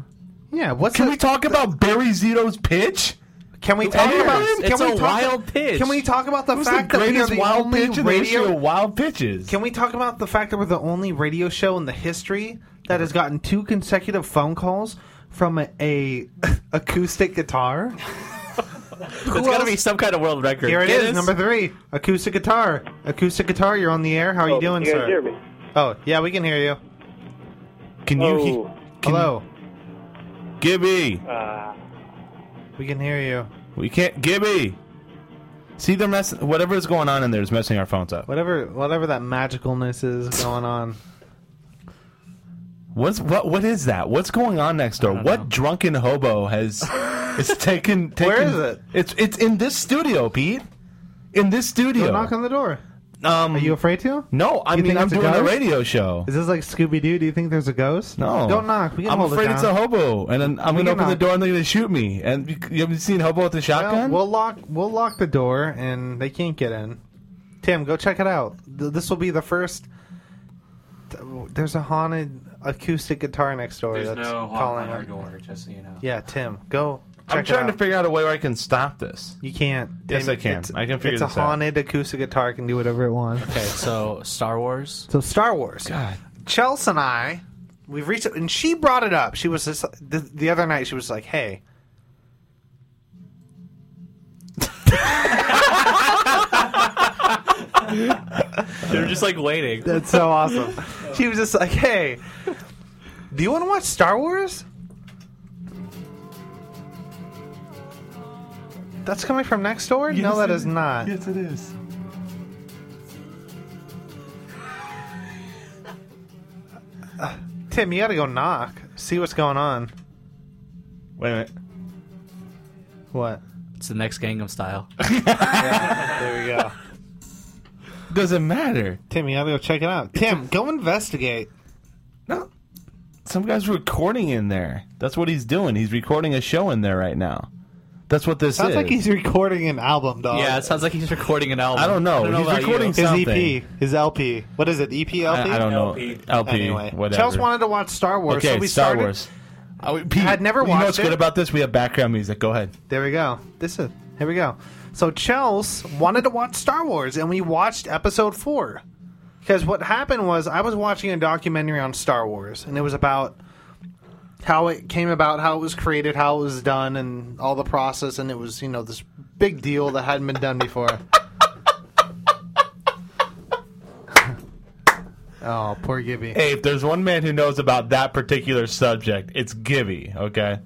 G: Yeah. What's
H: can we talk about Barry Zito's pitch?
G: Can we talk about? Can
J: It's
G: we
J: a
G: talk,
J: wild pitch.
G: Can we talk about the
H: It was the
G: fact that we are
H: greatest
G: the
H: wild
G: only
H: pitch in the history
G: radio?
H: of wild pitches.
G: Can we talk about the fact that we're the only radio show in the history that has gotten two consecutive phone calls from a, a *laughs* acoustic guitar?
J: It's got to be some kind of world record.
G: Here it is,
J: Guinness?
G: number three, acoustic guitar. Acoustic guitar, you're on the air. How are you doing,
M: you guys
G: sir?
M: hear me?
G: Oh, yeah, we can hear you.
H: Can
M: you he- Oh.
G: Hello.
H: Gibby,
M: Uh,
G: we can hear you.
H: we can't. Gibby, see they're messing. Whatever is going on in there is messing our phones up.
G: Whatever, whatever that magicalness is going on.
H: What's what? What is that? What's going on next door? What drunken hobo has?
G: *laughs*
H: it's taken. taken
G: Where is it?
H: It's it's in this studio, Pete. In this studio.
G: Go knock on the door.
H: Um,
G: Are you afraid to?
H: No, I
G: You
H: mean
G: think
H: I'm
G: it's a
H: doing a
G: ghost?
H: radio show.
G: Is this like Scooby Doo? Do you think there's a ghost?
H: No,
G: Don't knock. We can
H: I'm
G: hold it
H: afraid it's a
G: down.
H: hobo, and then I'm
G: We
H: gonna
G: can
H: open the
G: knock.
H: door and they're gonna shoot me. And you, you haven't seen hobo with the
G: Well,
H: shotgun?
G: we'll lock. We'll lock the door, and they can't get in. Tim, go check it out. Th- This will be the first. th- There's a haunted acoustic guitar next door
L: There's
G: that's
L: no haunt
G: calling
L: on our
G: out.
L: door, just so you know.
G: Yeah, Tim, go. Check
H: I'm trying
G: it
H: to
G: out.
H: figure out a way where I can stop this.
G: You can't.
H: Yes,
G: Tim,
H: I can.
G: it's-
H: I can figure
G: It's a
H: this out.
G: haunted acoustic guitar. It Can do whatever it wants.
J: Okay, so Star Wars.
G: So Star Wars. God. Chelsea and I, we've reached, and she brought it up. She was just, the, the other night. She was like, "Hey."
J: They're just like waiting.
G: That's so awesome. *laughs* She was just like, "Hey, do you want to watch Star Wars?" That's coming from next door. no, that is not.
H: Yes, it is.
G: Tim, you got to go knock. See what's going on.
H: Wait a minute.
G: What?
J: It's the next Gangnam Style.
H: Oh,
G: There we go.
H: Doesn't matter.
G: Tim, you got to go check it out. Tim, go investigate.
H: No. Some guy's recording in there. That's what he's doing. He's recording a show in there right now. That's what this
G: Sounds
H: is.
G: like he's recording an album, dog.
J: yeah, it sounds like he's recording an album.
H: I don't know. He's
J: about
H: recording
G: his
H: something.
G: EP, his LP. What is it? E EP, LP?
H: I, I don't know.
G: LP.
H: LP.
G: Anyway,
H: Whatever.
G: Chels wanted to watch Star Wars,
H: okay,
G: so we
H: Star
G: started.
H: Wars. I would- Pete,
G: I'd never
H: you know
G: watched
H: what's good
G: it.
H: about this? We have background music. Go ahead.
G: There we go. This is here we go. So Chels wanted to watch Star Wars, and we watched Episode Four. Because what happened was I was watching a documentary on Star Wars, and it was about how it came about, how it was created, how it was done, and all the process. And it was you know this big deal that hadn't been done before. *laughs* oh, poor Gibby.
H: Hey, if there's one man who knows about that particular subject, it's Gibby, okay?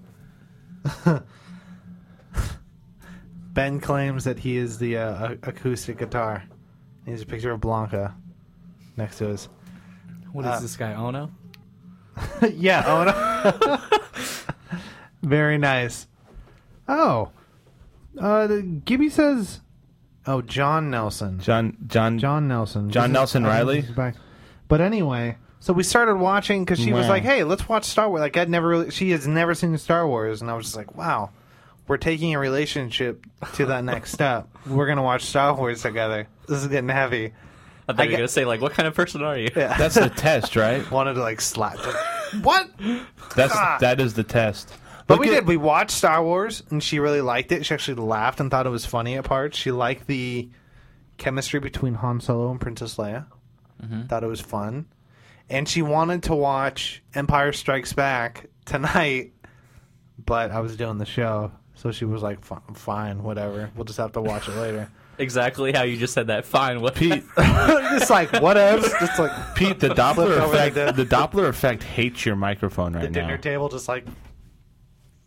G: Ben claims that he is the uh, a- acoustic guitar. Here's a picture of Blanca next to his.
J: What is this guy Ono?
G: yeah. Oh, no. Very nice. Oh. Uh, the- Gibby says. Oh, John Nelson.
H: John John
G: John Nelson.
H: John
G: This is-
H: Nelson
G: I think
H: Riley?
G: this is back. But anyway, so we started watching because she was
H: Wow.
G: like, "Hey, let's watch Star Wars." Like I'd never really, she has never seen Star Wars, and I was just like, "Wow, we're taking a relationship to that next step. We're gonna watch Star Wars together. This is getting heavy."
J: I thought you
G: got-
J: were gonna say like, what kind of person are you?
G: Yeah.
H: *laughs* That's the test, right?
G: Wanted to like slap.
H: *laughs*
G: what?
H: That's
G: Ah.
H: that is the test.
G: But
H: Look
G: we
H: at-
G: did. We watched Star Wars, and she really liked it. She actually laughed and thought it was funny at parts. She liked the chemistry between Han Solo and Princess Leia.
H: Mm-hmm.
G: Thought it was fun, and she wanted to watch Empire Strikes Back tonight. But I was doing the show, so she was like, "Fi- "Fine, whatever. We'll just have to watch it
H: *laughs*
G: later." *laughs*
J: Exactly how you just said that. Fine. What?
H: Pete
G: just like whatever. Just like
H: Pete *laughs* the
G: Flipped
H: Doppler
G: over
H: effect
G: the-
H: the Doppler effect hates your microphone right
G: dinner
H: now.
G: table, just like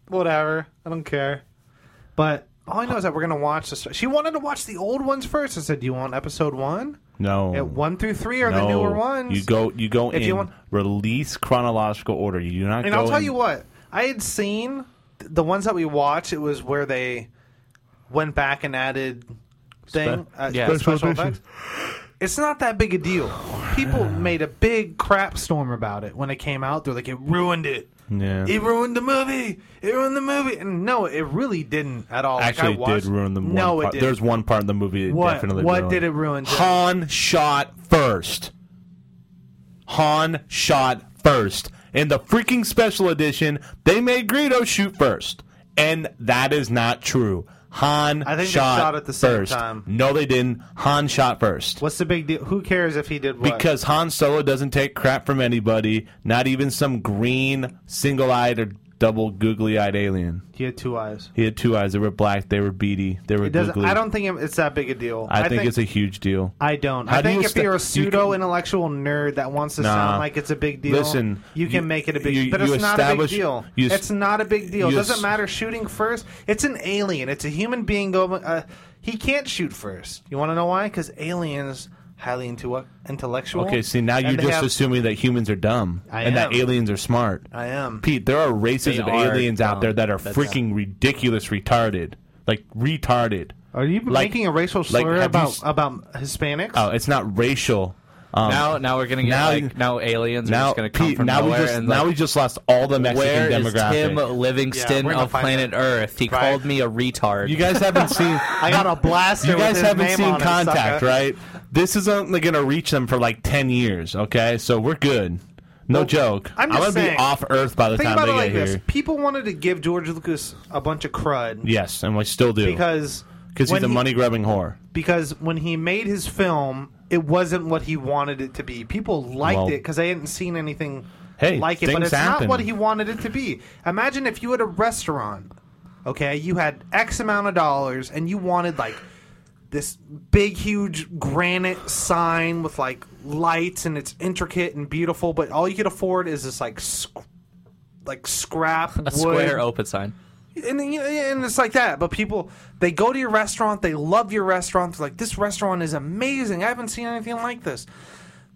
G: whatever. I don't care. But all I know is that we're gonna watch this. She wanted to watch the old ones first. I said, "Do you want episode one?
H: No.
G: At one through three are the
H: no.
G: newer ones."
H: You go you go
G: If
H: in
G: you want-
H: release chronological order. You do not
G: and
H: go
G: I'll tell
H: in-
G: you what. I had seen th- the ones that we watched. It was where they went back and added thing.
H: Spe-
G: uh,
J: Yeah.
G: special
H: Special
G: effects. It's not that big a deal.
H: *sighs*
G: People made a big crap storm about it when it came out. They're like, it ruined it.
H: Yeah.
G: It ruined the movie. It ruined the movie. And no, it really didn't at all. Like, I
H: Actually, it
G: watched-
H: did ruin the one
G: No,
H: part.
G: it did.
H: There's one part in the movie it
G: What-
H: definitely
G: what
H: ruined.
G: did it ruin, Jay?
H: Han shot first. Han shot first. In the freaking special edition, they made Greedo shoot first. And that is not true. Han
G: I think they
H: shot,
G: shot at the same
H: first.
G: time.
H: No, they didn't. Han shot first.
G: What's the big deal? Who cares if he did what?
H: Because Han Solo doesn't take crap from anybody, not even some green, single eyed or double googly eyed alien.
G: he had two eyes.
H: He had two eyes. They were black. They were beady. They were
G: It doesn't.
H: googly.
G: I don't think it's that big a deal.
H: I, think, it's a huge deal.
G: I don't.
H: How
G: I
H: do
G: think
H: you
G: if
H: sta-
G: you're
H: you
G: a pseudo intellectual nerd that wants to
H: Nah.
G: sound like it's a big deal,
H: Listen,
G: you can
H: you-
G: make it a big
H: you-
G: deal. But
H: you
G: it's not a big
H: establish-
G: deal.
H: you es-
G: it's not a big deal. It
H: you
G: doesn't
H: es-
G: matter shooting first. It's an alien. It's a human being going. Uh, he can't shoot first. You want to know why? Because aliens highly into intellectual.
H: Okay, see now
G: and
H: you're
G: they
H: just
G: have-
H: assuming that humans are dumb
G: I
H: and that
G: am.
H: aliens are smart.
G: I am.
H: Pete, there are races
G: They
H: of
G: are
H: aliens out
G: dumb.
H: there that are
G: That's-
H: freaking ridiculous, retarded, like retarded.
G: Are you
H: Like-
G: making a racial
H: like,
G: slur
H: have you
G: about
H: s-
G: about Hispanics?
H: Oh, it's not racial. Um,
J: now, now we're gonna get
H: now-
J: like now aliens are
H: now,
J: just gonna come
H: Pete,
J: from
H: now
J: nowhere
H: we just
J: and
H: now
J: like,
H: we just lost all the Mexican
J: where is
H: demographic.
J: Tim Livingston
G: Yeah, we're gonna
J: of
G: find
J: planet Earth? He called me a retard.
H: You guys
J: *laughs*
H: haven't seen.
G: I got a blaster.
H: You
G: with
H: guys
G: his
H: haven't
G: name
H: seen
G: on it,
H: Contact,
G: sucker.
H: right? This is only going to reach them for like ten years. Okay, so we're good. No joke.
G: I'm just
H: gonna
G: saying-
H: be off Earth by the
G: Think
H: time
G: about
H: they
G: it like
H: get
G: this:
H: here.
G: people wanted to give George Lucas a bunch of crud
H: Yes, and we still do
G: because
H: because he's
G: when
H: a
G: he-
H: money grubbing whore.
G: because when he made his film, it wasn't what he wanted it to be. People liked
H: Well-
G: it because they hadn't seen anything
H: Hey,
G: like it, but
H: things
G: it's
H: happen.
G: not what he wanted it to be. Imagine if you had a restaurant, okay, you had X amount of dollars, and you wanted like this big, huge granite sign with like lights, and it's intricate and beautiful, but all you could afford is this like. Sc- like
H: *laughs*
G: scrap
J: a
G: wood
J: square open sign.
G: and, then, you know, and it's like that. But people, they go to your restaurant, they love your restaurant. They're like, this restaurant is amazing. I haven't seen anything like this.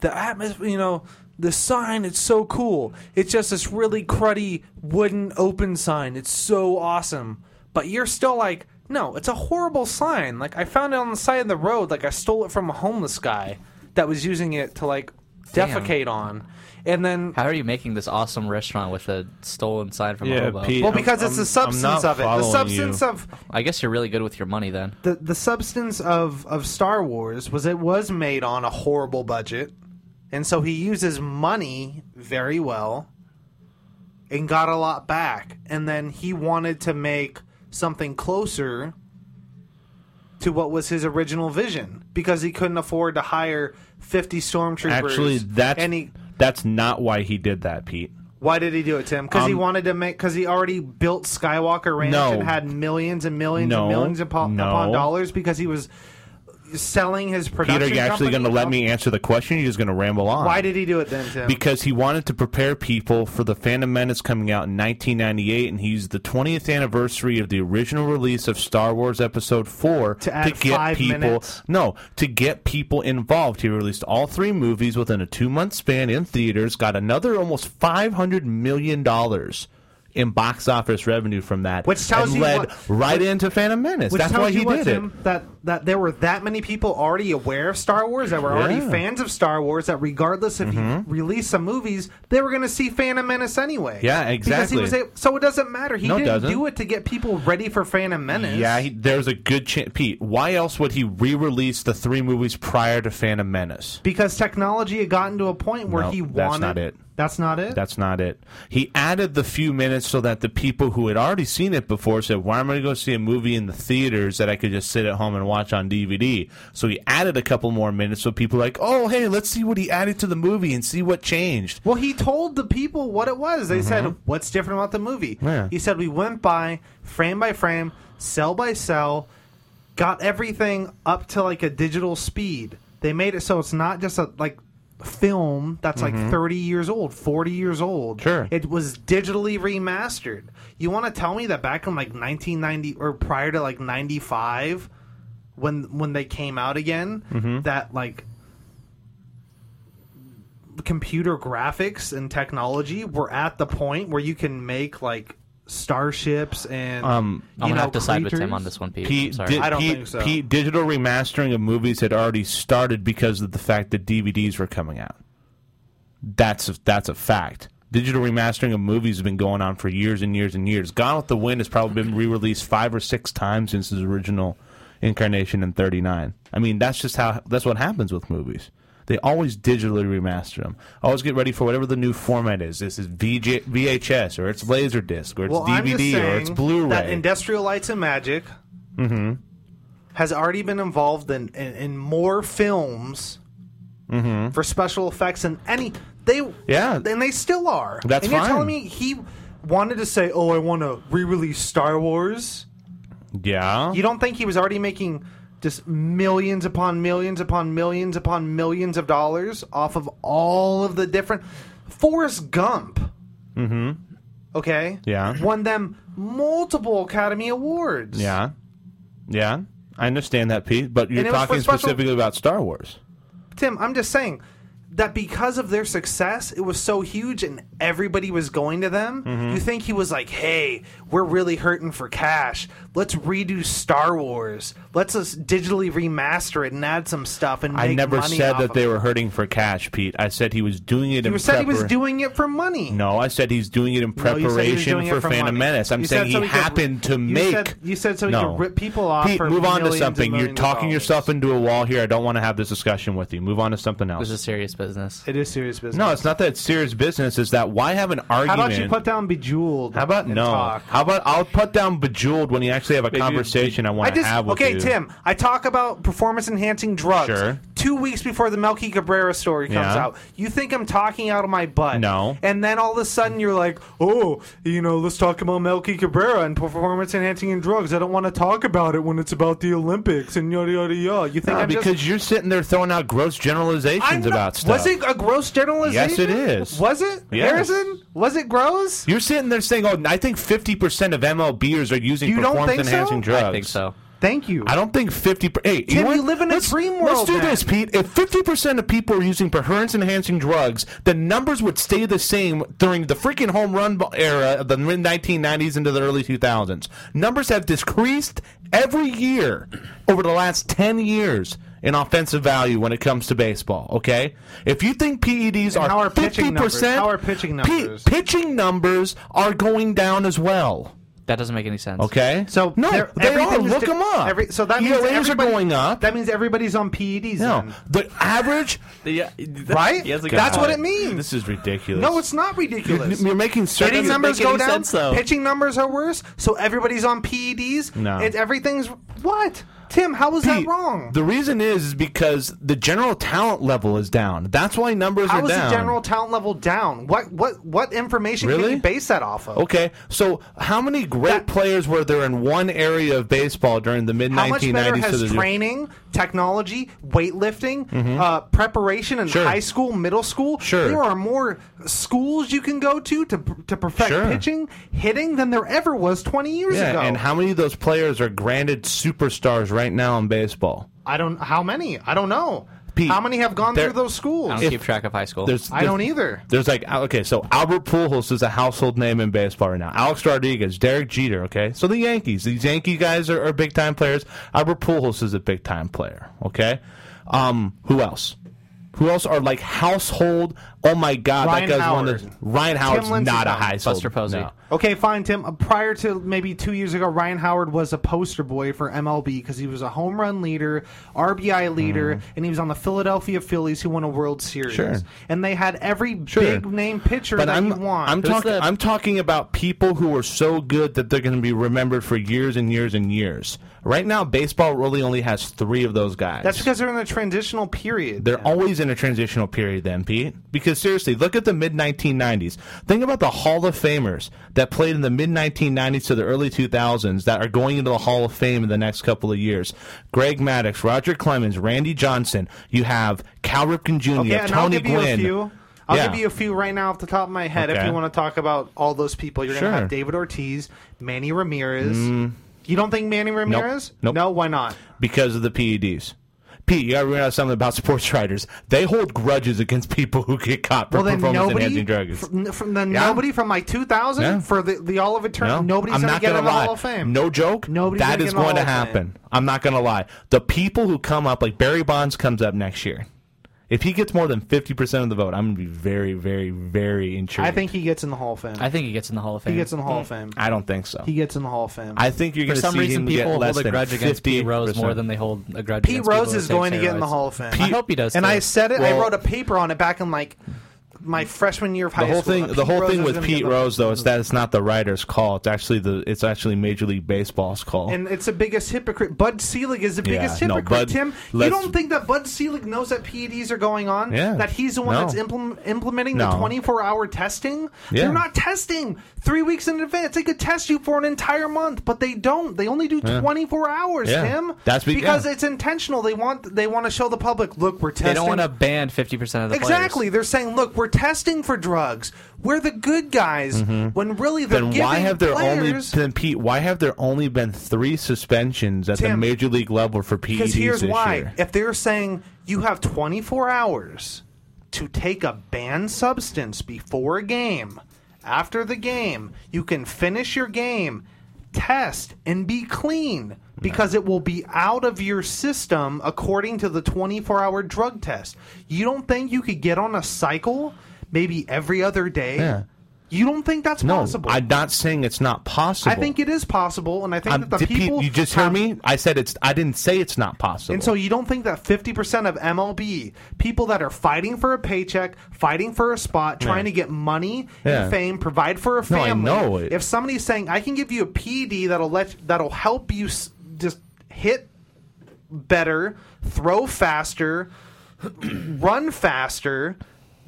G: The atmosphere, you know, the sign, it's so cool. It's just this really cruddy wooden open sign. It's so awesome. But you're still like, no, it's a horrible sign. Like, I found it on the side of the road. Like, I stole it from a homeless guy that was using it to, like,
J: Damn.
G: defecate on. And then
J: How are you making this awesome restaurant with a stolen sign from a
H: Yeah,
J: hobo?
H: Pete,
G: Well, because it's the substance of it. The substance of
J: I guess you're really good with your money then.
G: the the substance of of Star Wars was it was made on a horrible budget, and so he uses money very well, and got a lot back, and then he wanted to make something closer to what was his original vision because he couldn't afford to hire fifty stormtroopers.
H: Actually, that's
G: and he,
H: that's not why he did that, Pete.
G: why did he do it, Tim? Because he
H: Um,
G: wanted to make because he already built Skywalker Ranch
H: No.
G: and had millions and millions
H: No.
G: and millions upon,
H: No.
G: upon dollars because he was selling his production.
H: Peter, you actually
G: company.
H: going to let me answer the question? You're just going to ramble on.
G: Why did he do it then, Tim?
H: Because he wanted to prepare people for the Phantom Menace coming out in 1998, and he used the 20th anniversary of the original release of Star Wars Episode Four to,
G: add
H: get
G: five
H: people
G: minutes?
H: no to get people involved. He released all three movies within a two month span in theaters, got another almost 500 million dollars. In box office revenue from that,
G: Which tells
H: and
G: you
H: led
G: what-
H: right into Phantom Menace.
G: Which
H: That's
G: tells
H: why
G: you
H: he
G: what,
H: did it.
G: Tim, That that there were that many people already aware of Star Wars that were already
H: Yeah. Mm-hmm.
G: fans of Star Wars that regardless if he released some movies, they were going to see Phantom Menace anyway.
H: Yeah,
G: Because he
H: exactly.
G: was able, so it doesn't matter. He
H: No, it
G: didn't
H: doesn't.
G: do it to get people ready for Phantom Menace.
H: Yeah, he, there's a good chance. Pete, why else would he re-release the three movies prior to Phantom Menace?
G: because technology had gotten to a point where
H: No,
G: he wanted.
H: that's not it.
G: That's not it.
H: That's not it. He added the few minutes so that the people who had already seen it before said, "Why am I going to go see a movie in the theaters that I could just sit at home and watch on DVD?" So he added a couple more minutes so people were like, "Oh, hey, let's see what he added to the movie and see what changed."
G: Well, he told the people what it was. They said, "What's different about the movie?"
H: Mm-hmm. Yeah.
G: He said, "We went by frame by frame, cell by cell, got everything up to like a digital speed. They made it so it's not just a like film that's like 30 years old, 40 years old.
H: Mm-hmm. Sure.
G: It was digitally remastered. You want to tell me that back in like 1990 or prior to like 95 when when they came out again
H: Mhm.
G: that like computer graphics and technology were at the point where you can make like starships and
H: Um,
G: you know, creatures?
H: Pete, di-
G: I don't
H: Pete-
G: think so.
H: Pete, digital remastering of movies had already started because of the fact that DVDs were coming out. That's a, that's a fact. Digital remastering of movies has been going on for years and years and years. Gone with the Wind has probably been re-released five or six times since its original incarnation in '39. I mean, that's just how that's what happens with movies. They always digitally remaster them. Always get ready for whatever the new format is. This is VJ, VHS or it's Laserdisc or it's
G: well, I'm just
H: DVD or
G: saying
H: it's Blu-ray.
G: That Industrial Lights and Magic
H: mm-hmm.
G: has already been involved in, in, in more films
H: Mm-hmm.
G: for special effects than any they
H: Yeah.
G: and they still are.
H: That's
G: and you're
H: fine.
G: telling me he wanted to say, "Oh, I want to re-release Star Wars."
H: Yeah.
G: You don't think he was already making just millions upon millions upon millions upon millions of dollars off of all of the different Forrest Gump,
H: Mm-hmm.
G: okay?
H: Yeah.
G: Won them multiple Academy Awards.
H: Yeah. Yeah. I understand that, Pete, but you're
G: And it was for
H: talking
G: special-
H: specifically about Star Wars.
G: Tim, I'm just saying that because of their success, it was so huge and everybody was going to them.
H: Mhm.
G: You think he was like, hey, we're really hurting for cash. Let's redo Star Wars. Let's just digitally remaster it and add some stuff and make
H: I never
G: money
H: said
G: off
H: that
G: of
H: they
G: it."
H: were hurting for cash, Pete. I said he was doing it
G: You
H: in
G: said he was
H: prepar-
G: doing it for money.
H: No, I said he's doing it in
G: No, you said he was
H: preparation
G: doing it
H: for Phantom
G: money.
H: Menace. I'm
G: You
H: saying
G: said
H: he
G: so could-
H: happened to make
G: You said, you said so he
H: No.
G: could rip people off.
H: Pete,
G: for
H: move on to
G: millions and
H: something. You're
G: millions of
H: talking
G: dollars.
H: yourself into a wall here. I don't want to have this discussion with you. Move on to something else.
J: This is serious business.
G: It is serious business.
H: No, it's not that it's serious business. It's that why have an
G: How
H: argument?
G: about you put down Bejeweled?
H: How about
G: and
H: no?
G: talk?
H: How about I'll put down Bejeweled when you actually have a conversation I want to
G: just
H: have with
G: okay,
H: you.
G: Tim. I talk about performance enhancing drugs.
H: Sure.
G: Two weeks before the Melky Cabrera story comes
H: Yeah.
G: out, you think I'm talking out of my butt?
H: No.
G: And then all of a sudden you're like, oh, you know, let's talk about Melky Cabrera and performance enhancing and drugs. I don't want to talk about it when it's about the Olympics and yada yada yada. You think
H: No,
G: I'm
H: because
G: just,
H: you're sitting there throwing out gross generalizations about stuff.
G: Was it a gross generalization?
H: Yes, it is.
G: Was it?
H: Yes.
G: Harrison? Was it gross?
H: You're sitting there saying, "Oh, I think 50% of MLBers are using
G: You don't think
H: performance-enhancing
G: so?
H: drugs."
G: I think
J: so.
G: Thank you.
H: I don't think 50. Per- hey,
G: Tim,
H: know what?
G: you live in a
H: Let's-
G: dream
H: Let's
G: world,
H: do
G: man.
H: this, Pete. If 50% of people are using performance-enhancing drugs, the numbers would stay the same during the freaking home run bo- era of the mid 1990s into the early 2000s. Numbers have decreased every year over the last 10 years. In offensive value when it comes to baseball, okay? If you think PEDs are
G: how are pitching
H: fifty
G: numbers?
H: percent,
G: How are pitching numbers?
H: pitching numbers are going down as well.
J: That doesn't make any sense.
H: Okay, so no,
G: They're-
H: they are.
G: everything is
H: Look
G: di-
H: them up.
G: every- so that means
H: ERAs are
G: everybody-
H: going up.
G: That means everybody's on PEDs.
H: No,
G: then.
H: the average,
J: yeah,
H: right?
G: he has a good That's what point. it means.
H: This is ridiculous.
G: No, it's not ridiculous.
H: *laughs* You're, you're making certain
G: Hitting numbers go down.
H: Sense, though.
G: Pitching numbers are worse. So everybody's on PEDs.
H: No.
G: it's everything's what? Tim, how was that wrong?
H: The reason is, is because the general talent level is down. That's why numbers
G: How
H: are
G: is
H: down.
G: the general talent level down? What what what information
H: Really?
G: can you base that off of?
H: Okay, so how many great players were there in one area of baseball during the mid
G: How much better
H: 1990s to
G: has
H: the
G: training, technology, weightlifting,
H: Mhm.
G: uh, preparation in
H: Sure.
G: high school, middle school?
H: Sure.
G: There are more schools you can go to to, to perfect
H: Sure.
G: pitching, hitting than there ever was 20 years
H: yeah,
G: ago.
H: and how many of those players are granted superstars right now in baseball?
G: I don't how many? I don't know. how many have gone
H: there-
G: through those schools?
J: I don't keep track of high school.
H: There's,
G: I don't either.
H: There's like uh, okay, so Albert Pujols is a household name in baseball right now. Alex Rodriguez, Derek Jeter. Okay, so the Yankees, these Yankee guys are, are big time players. Albert Pujols is a big time player. Okay, um, who else? Who else are like household? Oh my God,
G: Ryan
H: that guy's one of
G: Howard.
H: the Ryan Howard's
G: Tim Lincecum.
H: not a household.
J: Buster Posey.
H: no.
G: Okay, fine, Tim. Uh, Prior to maybe two years ago, Ryan Howard was a poster boy for MLB because he was a home run leader, RBI leader, and he was on the Philadelphia Phillies who won a World Series.
H: Sure.
G: And they had every
H: Sure.
G: big name pitcher
H: But
G: that
H: I'm
G: you want.
H: I'm talking I'm talking about people who are so good that they're going to be remembered for years and years and years. Right now, baseball really only has three of those guys.
G: That's because they're in a transitional period.
H: They're always in a transitional period, then, Pete. Because seriously, look at the mid 1990s. Think about the Hall of Famers that played in the mid 1990s to the early 2000s that are going into the Hall of Fame in the next couple of years. Greg Maddox, Roger Clemens, Randy Johnson. You have Cal Ripken Jr.,
G: Okay,
H: you have
G: and I'll
H: Tony
G: give you a
H: Gwynn.
G: few. I'll
H: Yeah.
G: give you a few right now off the top of my head. If
H: Okay.
G: you want to talk about all those people, you're going
H: Sure.
G: to have David Ortiz, Manny Ramirez.
H: Mm.
G: You don't think Manny Ramirez?
H: Nope.
G: No, why not?
H: because of the PEDs. E Pete, you gotta realize something about *laughs* sports writers. They hold grudges against people who get caught for
G: Well, then
H: performance enhancing
G: nobody
H: drugs.
G: from, from the
H: Yeah.
G: nobody from like 2000
H: Yeah.
G: for the, the Oliver Turner.
H: No,
G: nobody's
H: I'm
G: gonna
H: not
G: get
H: gonna
G: in the
H: lie.
G: Hall of Fame.
H: No joke.
G: Nobody's
H: that
G: gonna
H: is
G: get in the
H: going to
G: Hall of Fame.
H: happen. I'm not gonna lie. The people who come up, like Barry Bonds, comes up next year. If he gets more than fifty percent of the vote, I'm gonna be very, very, very intrigued.
G: I think he gets in the Hall of Fame.
J: I think he gets in the Hall of Fame.
G: He gets in the Hall of Fame.
H: I don't think so.
G: He gets in the Hall of Fame.
H: I think you're
J: For
H: gonna
J: some
H: see
J: reason,
H: him get
J: people
H: less
J: hold a
H: than
J: grudge against Pete
H: 50%.
J: Rose more than they hold a grudge
G: Pete
J: against people
G: Rose
J: who
G: is
J: take
G: going to get in the
J: steroids.
G: Hall of Fame.
J: I hope he does.
G: And
J: too.
G: I said it. I
H: Well-
G: wrote a paper on it back in like my freshman year of high
H: the whole
G: school.
H: thing
G: that
H: the
G: Pete
H: whole
G: Rose
H: thing
G: was
H: with
G: gonna
H: Pete
G: get the-
H: Rose though is that it's not the writer's call. It's actually the it's actually Major League Baseball's call.
G: And it's the biggest hypocrite. Bud Selig is the
H: Yeah,
G: biggest
H: no,
G: hypocrite.
H: Bud-
G: Tim, you
H: let's-
G: don't think that Bud Selig knows that PEDs are going on?
H: Yeah,
G: That he's the one
H: no.
G: that's implement, implementing the
H: No.
G: 24 hour testing?
H: Yeah.
G: They're not testing three weeks in advance. They could test you for an entire month, but they don't. They only do
H: Yeah.
G: 24 hours,
J: Yeah.
G: Tim.
J: That's be-
G: because
J: yeah.
G: it's intentional. They want they want to show the public, look, we're testing.
J: They don't want to ban fifty percent of the
G: Exactly. They're saying, look, we're testing for drugs. We're the good guys.
H: Mhm.
G: When really they're
H: then
G: giving
H: why have there only
G: players.
H: then Pete? Why have there only been three suspensions at the
G: Tim,
H: major league level for PEDs
G: Because here's
H: E this
G: why.
H: year?
G: If they're saying you have 24 hours to take a banned substance before a game, after the game, you can finish your game, test, and be clean because it will be out of your system according to the 24 hour drug test. You don't think you could get on a cycle maybe every other day?
H: Yeah.
G: You don't think that's
H: No,
G: possible?
H: I'm not saying it's not possible.
G: I think it is possible, and I think
H: I'm-
G: that the
H: did Pete-
G: people
H: you just hear me? I said it's. I didn't say it's not possible.
G: And so you don't think that 50% of MLB, people that are fighting for a paycheck, fighting for a spot,
H: Yeah.
G: trying to get money
H: Yeah.
G: and fame, provide for a
H: No, I
G: family.
H: know it.
G: If somebody's saying, "I can give you a PD that'll let that'll help you s- just hit better, throw faster, run faster,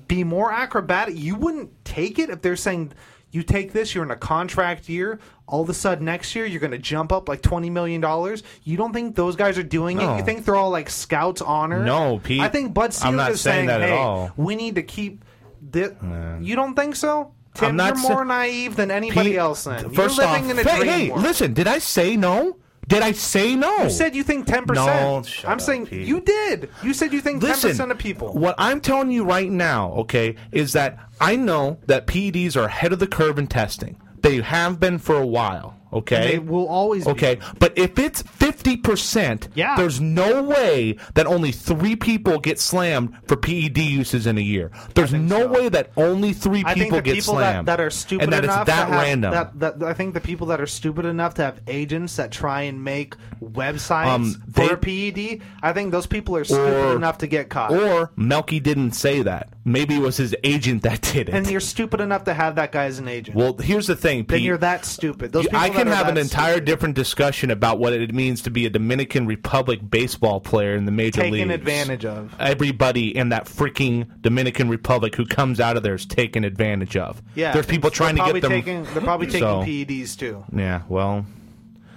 G: be more acrobatic," you wouldn't take it if they're saying you take this, you're in a contract year. All of a sudden, next year you're going to jump up like twenty million dollars. You don't think those guys are doing it? You
H: No.
G: think they're all like scouts honor?
H: No, Pete.
G: I think Bud
H: I'm
G: Selig
H: not
G: is saying,
H: saying that at
G: hey,
H: all."
G: we need to keep. This. You don't think so? Tim,
H: I'm not
G: you're more
H: sa-
G: naive than anybody else. Then
H: First
G: you're living
H: off,
G: in a
H: hey,
G: dream
H: hey,
G: world.
H: listen. Did I say no? Did I say no?
G: You said you think ten
H: No,
G: percent.
H: shut
G: I'm
H: up,
G: saying
H: Pete.
G: you did. You said you think ten percent of people.
H: What I'm telling you right now, okay, is that I know that PEDs are ahead of the curve in testing. They have been for a while, okay?
G: They will always be.
H: Okay, but if it's 50%,
G: Yeah.
H: there's no way that only three people get slammed for PED uses in a year. There's no way that only three
G: I think
H: people
G: the
H: get
G: people that,
H: slammed.
G: that are stupid
H: and that
G: enough
H: it's that
G: to have,
H: random.
G: That, that, I think the people that are stupid enough to have agents that try and make websites
H: Um, they-
G: for PED. I think those people are stupid
H: Or-
G: enough to get caught.
H: or Melky didn't say that. Maybe it was his agent that did it.
G: and you're stupid enough to have that guy as an agent.
H: well, here's the thing, Pete.
G: then you're that stupid. Those
H: You-
G: people
H: I can
G: that are
H: have an
G: that
H: entire different discussion about what it means to be a Dominican Republic baseball player in the major
G: Taken
H: leagues.
G: advantage of.
H: Everybody in that freaking Dominican Republic who comes out of there is taken advantage of.
G: Yeah,
H: there's people
G: they're
H: trying to
G: probably
H: get them.
G: Taking, they're probably taking
H: *laughs* So,
G: PEDs too.
H: Yeah, well,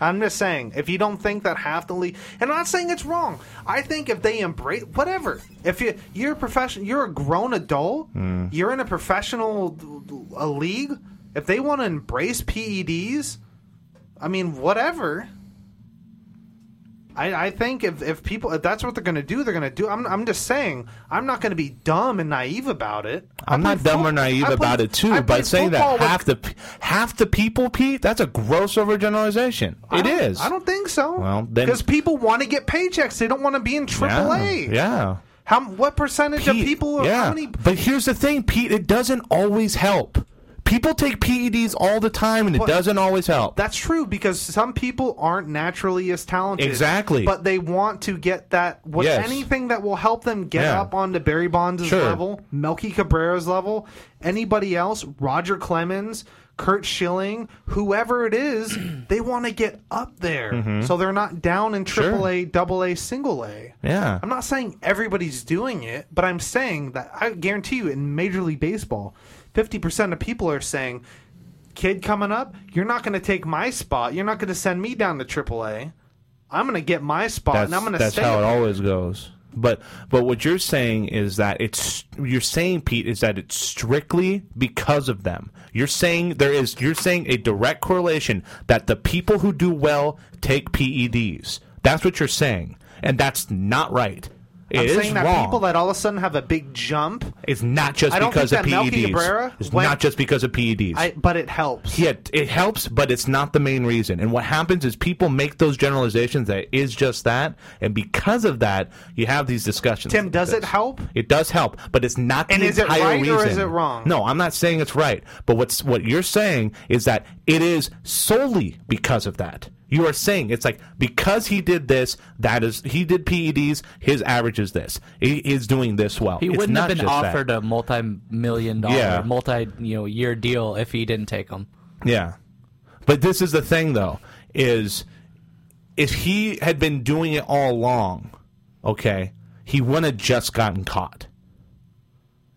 G: I'm just saying, if you don't think that half the league, and I'm not saying it's wrong. I think if they embrace whatever, if you you're a profession, you're a grown adult,
H: Mm.
G: you're in a professional a league. If they want to embrace PEDs, I mean, whatever. I, I think if, if people if that's what they're going to do, they're going to do. I'm, I'm just saying, I'm not going to be dumb and naive about it. I
H: I'm not
G: played
H: dumb or
G: foot-
H: naive
G: I played-
H: about it too.
G: I
H: By
G: played
H: saying
G: football
H: that
G: with-
H: half the p- half the people, Pete, that's a gross overgeneralization. It
G: I don't-
H: is.
G: I don't think so.
H: Well, then
G: because people want to get paychecks, they don't want to be in AAA.
H: Yeah. yeah.
G: How what percentage of
H: Pete,
G: people? are
H: yeah.
G: How many?
H: But here's the thing, Pete. It doesn't always help. People take PEDs all the time, and it
G: But-
H: doesn't always help.
G: That's true because some people aren't naturally as talented.
H: Exactly.
G: But they want to get that. What
H: Yes.
G: anything that will help them get
H: Yeah.
G: up onto Barry Bonds'
H: Sure.
G: level, Melky Cabrera's level, anybody else, Roger Clemens, Kurt Schilling, whoever it is, *clears throat* they want to get up there.
H: Mhm.
G: So they're not down in AAA, double A, single A.
H: Yeah.
G: I'm not saying everybody's doing it, but I'm saying that I guarantee you in Major League Baseball, 50% of people are saying, kid coming up, you're not going to take my spot. You're not going to send me down to AAA. I'm going to get my spot
H: that's
G: and I'm going to
H: that's
G: stay.
H: how it
G: there."
H: always goes. But but what you're saying is that it's you're saying Pete is that it's strictly because of them. You're saying there is you're saying a direct correlation that the people who do well take PEDs. E That's what you're saying. and that's not right. It
G: I'm
H: is
G: saying that
H: wrong.
G: people that all of a sudden have a big jump.
H: it's not just
G: I don't
H: because
G: think
H: of
G: that Melky
H: PEDs.
G: Cabrera
H: it's
G: went-
H: not just because of E PEDs.
G: I, but it helps.
H: Yeah, it helps, but it's not the main reason. And what happens is people make those generalizations that is just that, and because of that, you have these discussions.
G: Tim,
H: like
G: does it
H: this.
G: help?
H: It does help, but it's not the
G: And is it
H: entire
G: right
H: reason.
G: or is it wrong?
H: No, I'm not saying it's right, but what's what you're saying is that it is solely because of that. You are saying it's like because he did this, that is he did PEDs, his average is this. He is doing this well.
J: He
H: It's
J: wouldn't
H: not
J: have been
H: just that.
J: offered a multi-million dollar,
H: Yeah.
J: multi you know year deal if he didn't take him.
H: Yeah. But this is the thing though, is if he had been doing it all along, okay, he wouldn't have just gotten caught.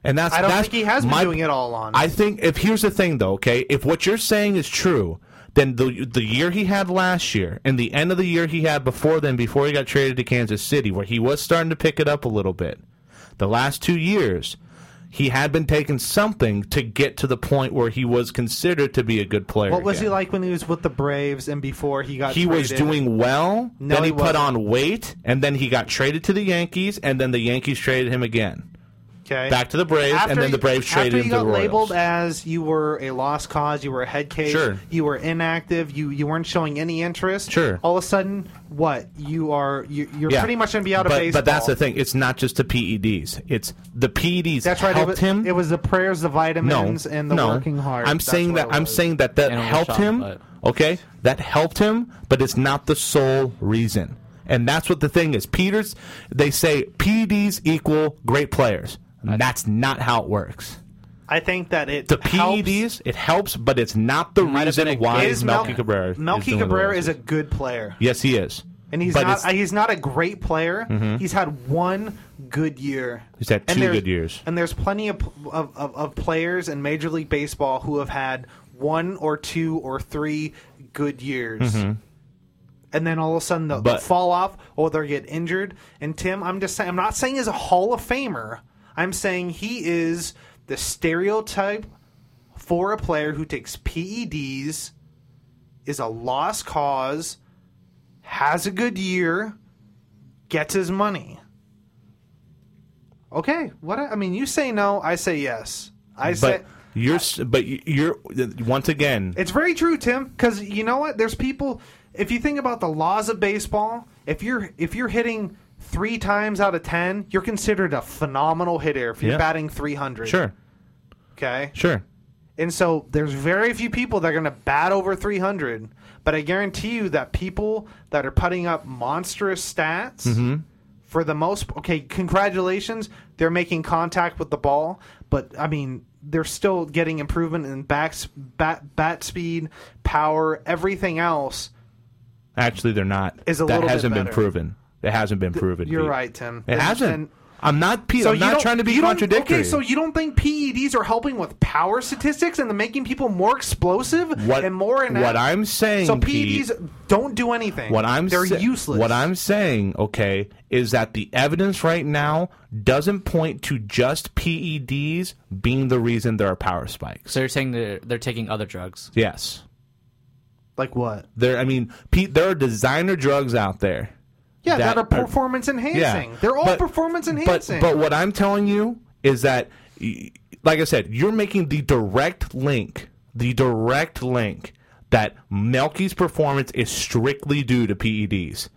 H: And that's
G: I don't
H: that's
G: think he has been
H: my-
G: doing it all along.
H: I think if here's the thing though, okay, if what you're saying is true, then the the year he had last year and the end of the year he had before then, before he got traded to Kansas City, where he was starting to pick it up a little bit, the last two years, he had been taking something to get to the point where he was considered to be a good player.
G: What was
H: again
G: he like when he was with the Braves and before he got?
H: he was
G: traded?
H: doing well.
G: No,
H: then he,
G: he
H: put
G: wasn't.
H: on weight, and then he got traded to the Yankees, and then the Yankees traded him again.
G: Okay.
H: Back to the Braves,
G: After
H: and then
G: you-
H: the Braves traded
G: after
H: him
G: you
H: to
G: got
H: the Royals.
G: labeled as you were a lost cause, you were a head case,
H: Sure.
G: you were inactive, you you weren't showing any interest.
H: Sure.
G: All of a sudden, what you are you, you're
H: Yeah.
G: pretty much going to be out of
H: but,
G: baseball.
H: But that's the thing; it's not just the PEDs; it's the PEDs
G: That's right. It
H: helped
G: was,
H: him.
G: it was the prayers, the vitamins, and the
H: no.
G: working hard.
H: I'm
G: That's
H: saying
G: what
H: that
G: it
H: I'm
G: was.
H: saying that that
G: And it was
H: helped
G: shot,
H: him.
G: but-
H: Okay, that helped him, but it's not the sole reason. And that's what the thing is. Peters, they say PEDs equal great players. That's not how it works.
G: I think that it
H: the E PEDs it helps, but it's not the reason why
G: is
H: Melky
G: Mel-
H: Cabrera. is
G: Melky
H: doing
G: Cabrera
H: the
G: is a good player,
H: yes, he is,
G: and he's
H: But
G: not
H: it's-
G: he's not a great player.
H: Mhm.
G: He's had one good year.
H: He's had
G: And
H: two
G: there's-
H: good years.
G: and there's plenty of, of, of, of players in Major League Baseball who have had one or two or three good years.
H: Mhm.
G: And then all of a sudden they'll,
H: But-
G: they'll fall off or they'll get injured. And Tim, I'm just saying, I'm not saying he's a Hall of Famer. I'm saying he is the stereotype for a player who takes PEDs, is a lost cause, has a good year, gets his money. Okay, what I mean, you say no, I say yes. I say
H: but you're, s but you're once again.
G: it's very true, Tim. Because you know what? There's people. If you think about the laws of baseball, if you're if you're hitting three times out of ten, you're considered a phenomenal hitter. If you're
H: Yeah.
G: batting 300,
H: Sure,
G: okay,
H: sure.
G: and so there's very few people that are going to bat over 300. But I guarantee you that people that are putting up monstrous stats
H: hmm
G: for the most okay congratulations they're making contact with the ball but i mean they're still getting improvement in back bat, bat speed power everything else
H: Actually, they're not.
G: Is a
H: that
G: little bit
H: hasn't been
G: better.
H: proven. It hasn't been proven.
G: you're
H: Pete.
G: right, Tim.
H: It
G: And-
H: hasn't.
G: and-
H: I'm not. Pete, I'm
G: you
H: not
G: don't-
H: trying to be
G: you don't-
H: contradictory.
G: okay so you don't think ped's are helping with power statistics and the making people more explosive
H: What-
G: and more in
H: what I'm saying,
G: so
H: Pete-
G: ped's don't do anything
H: What I'm
G: they're
H: sa-
G: useless
H: What I'm saying, okay, is that the evidence right now doesn't point to just PEDs being the reason there are power spikes.
J: So you're saying they're they're taking other drugs?
H: Yes,
G: like what
H: there. I mean, Pete, there are designer drugs out there.
G: yeah that, are performance enhancing
H: yeah.
G: they're all
H: But-
G: performance
H: But
G: enhancing
H: but what I'm telling you is that, y- like I said, you're making the direct link, the direct link that Melky's performance is strictly due to PEDs,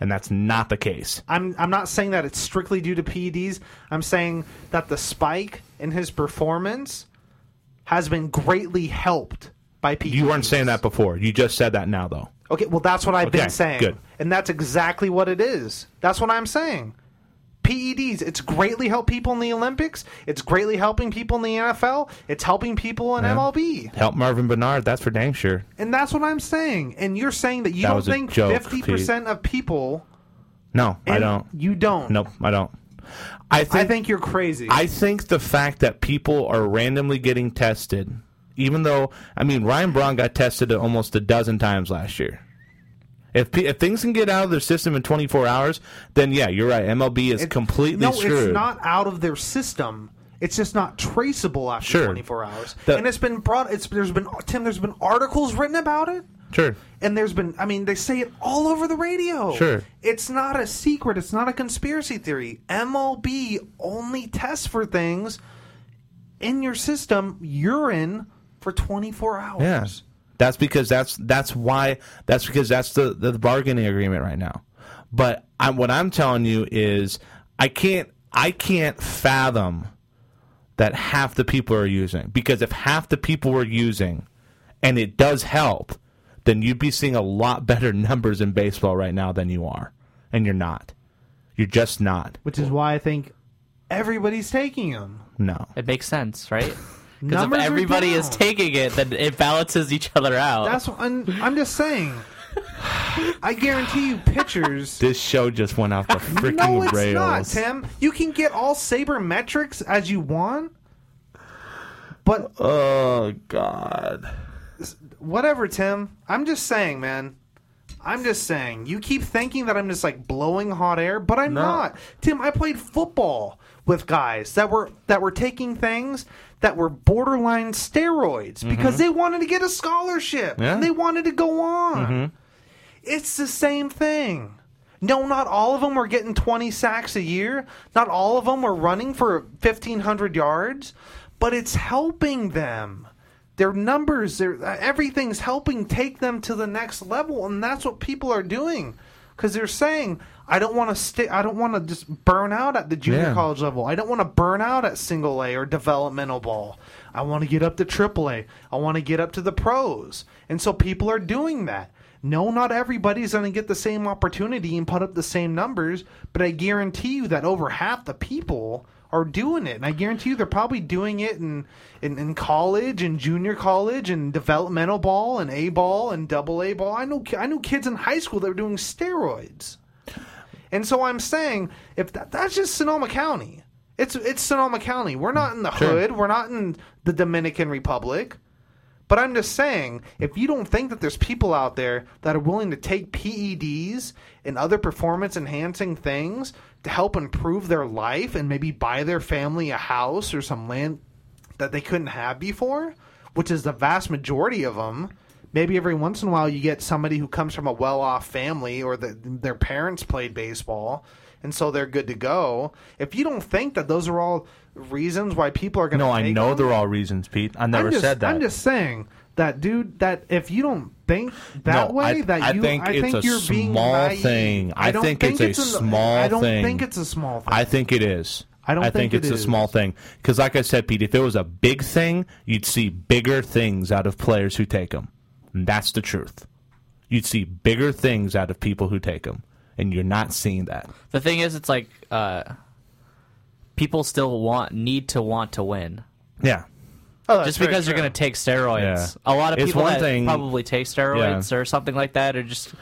H: and that's not the case.
G: I'm I'm not saying that it's strictly due to PEDs. I'm saying that the spike in his performance has been greatly helped by PEDs.
H: You weren't saying that before. You just said that now, though.
G: Okay, well that's what I've
H: Okay,
G: been saying.
H: good.
G: And that's exactly what it is. That's what I'm saying. PEDs, it's greatly helped people in the Olympics. It's greatly helping people in the NFL. It's helping people in
H: Yeah.
G: MLB.
H: Help Marvin Bernard. That's for dang sure.
G: And that's what I'm saying. And you're saying that you
H: That
G: don't
H: was a
G: think
H: joke,
G: 50% of people
H: No, I
G: And
H: don't.
G: you don't.
H: Nope, I don't. I think,
G: I think you're crazy.
H: I think the fact that people are randomly getting tested, even though I mean Ryan Braun got tested almost a dozen times last year. If, pe- if things can get out of their system in 24 hours, then yeah, you're right. MLB is completely
G: no,
H: screwed.
G: it's not out of their system. It's just not traceable after
H: Sure.
G: 24 hours.
H: The-
G: and it's been brought. It's there's been Tim. There's been articles written about it.
H: Sure.
G: And there's been, I mean, they say it all over the radio.
H: Sure.
G: It's not a secret. It's not a conspiracy theory. MLB only tests for things in your system, urine, for 24 hours.
H: Yeah. That's because that's that's why that's because that's the, the bargaining agreement right now. But I, what I'm telling you is I can't I can't fathom that half the people are using because if half the people were using and it does help, then you'd be seeing a lot better *laughs* numbers in baseball right now than you are. And you're not. You're just not.
G: Which is why I think everybody's taking them.
H: No.
J: It makes sense, right? Because if
G: Numbers are
J: everybody
G: down.
J: is taking it, then it balances each other out.
G: That's what I'm, I'm just saying. I guarantee you, pitchers
J: *laughs*
H: This show just went off the
G: *laughs*
H: freaking
G: no, it's
H: rails.
G: not, Tim. You can get all saber metrics as you want, but
H: oh god,
G: whatever, Tim. I'm just saying, man. I'm just saying. You keep thinking that I'm just like blowing hot air, but I'm not, Tim. I played football with guys that were that were taking things that were borderline steroids because
N: Mhm.
G: they wanted to get a scholarship
N: Yeah.
G: and they wanted to go on. It's the same thing. No, not all of them were getting 20 sacks a year. Not all of them were running for 1,500 yards, but it's helping them. Their numbers, their everything's helping take them to the next level, and that's what people are doing because they're saying, "I don't want to stay. I don't want to just burn out at the junior
N: Yeah.
G: college level. I don't want to burn out at single A or developmental ball. I want to get up to triple A. I want to get up to the pros." And so people are doing that. No, not everybody's going to get the same opportunity and put up the same numbers, but I guarantee you that over half the people are doing it. And I guarantee you they're probably doing it in, in, in college and junior college and developmental ball and A ball and double A ball. I know ki- I knew kids in high school that were doing steroids. And so I'm saying if that, that's just Sonoma County. It's it's Sonoma County. We're not in the
N: Sure.
G: hood. We're not in the Dominican Republic. But I'm just saying, if you don't think that there's people out there that are willing to take PEDs and other performance enhancing things to help improve their life and maybe buy their family a house or some land that they couldn't have before, which is the vast majority of them. Maybe every once in a while you get somebody who comes from a well off family or that their parents played baseball and so they're good to go. If you don't think that those are all reasons why people are going to
H: No, I know they're all reasons, Pete. I never
G: I'm just,
H: said that.
G: I'm just saying that, dude. That if you don't think that
H: No,
G: way,
H: I-
G: that
H: I
G: you,
H: think
G: I
H: it's
G: think
H: a
G: you're being
H: small
G: naive.
H: thing. I
G: don't
H: think it's a small
G: I don't
H: thing.
G: think it's a small thing.
H: I think it is.
G: I don't
H: I think,
G: think
H: it's
G: it
H: a small thing because, like I said, Pete, if it was a big thing, you'd see bigger things out of players who take them. And that's the truth. You'd see bigger things out of people who take them, and you're not seeing that.
J: The thing is, it's like uh, people still want need to want to win.
H: Yeah.
G: Oh, that's
J: just
G: very
J: because you're
G: true.
J: going to take steroids,
H: Yeah.
J: a lot of
H: It's
J: people
H: one
J: that
H: thing-
J: probably take steroids or something like that, are just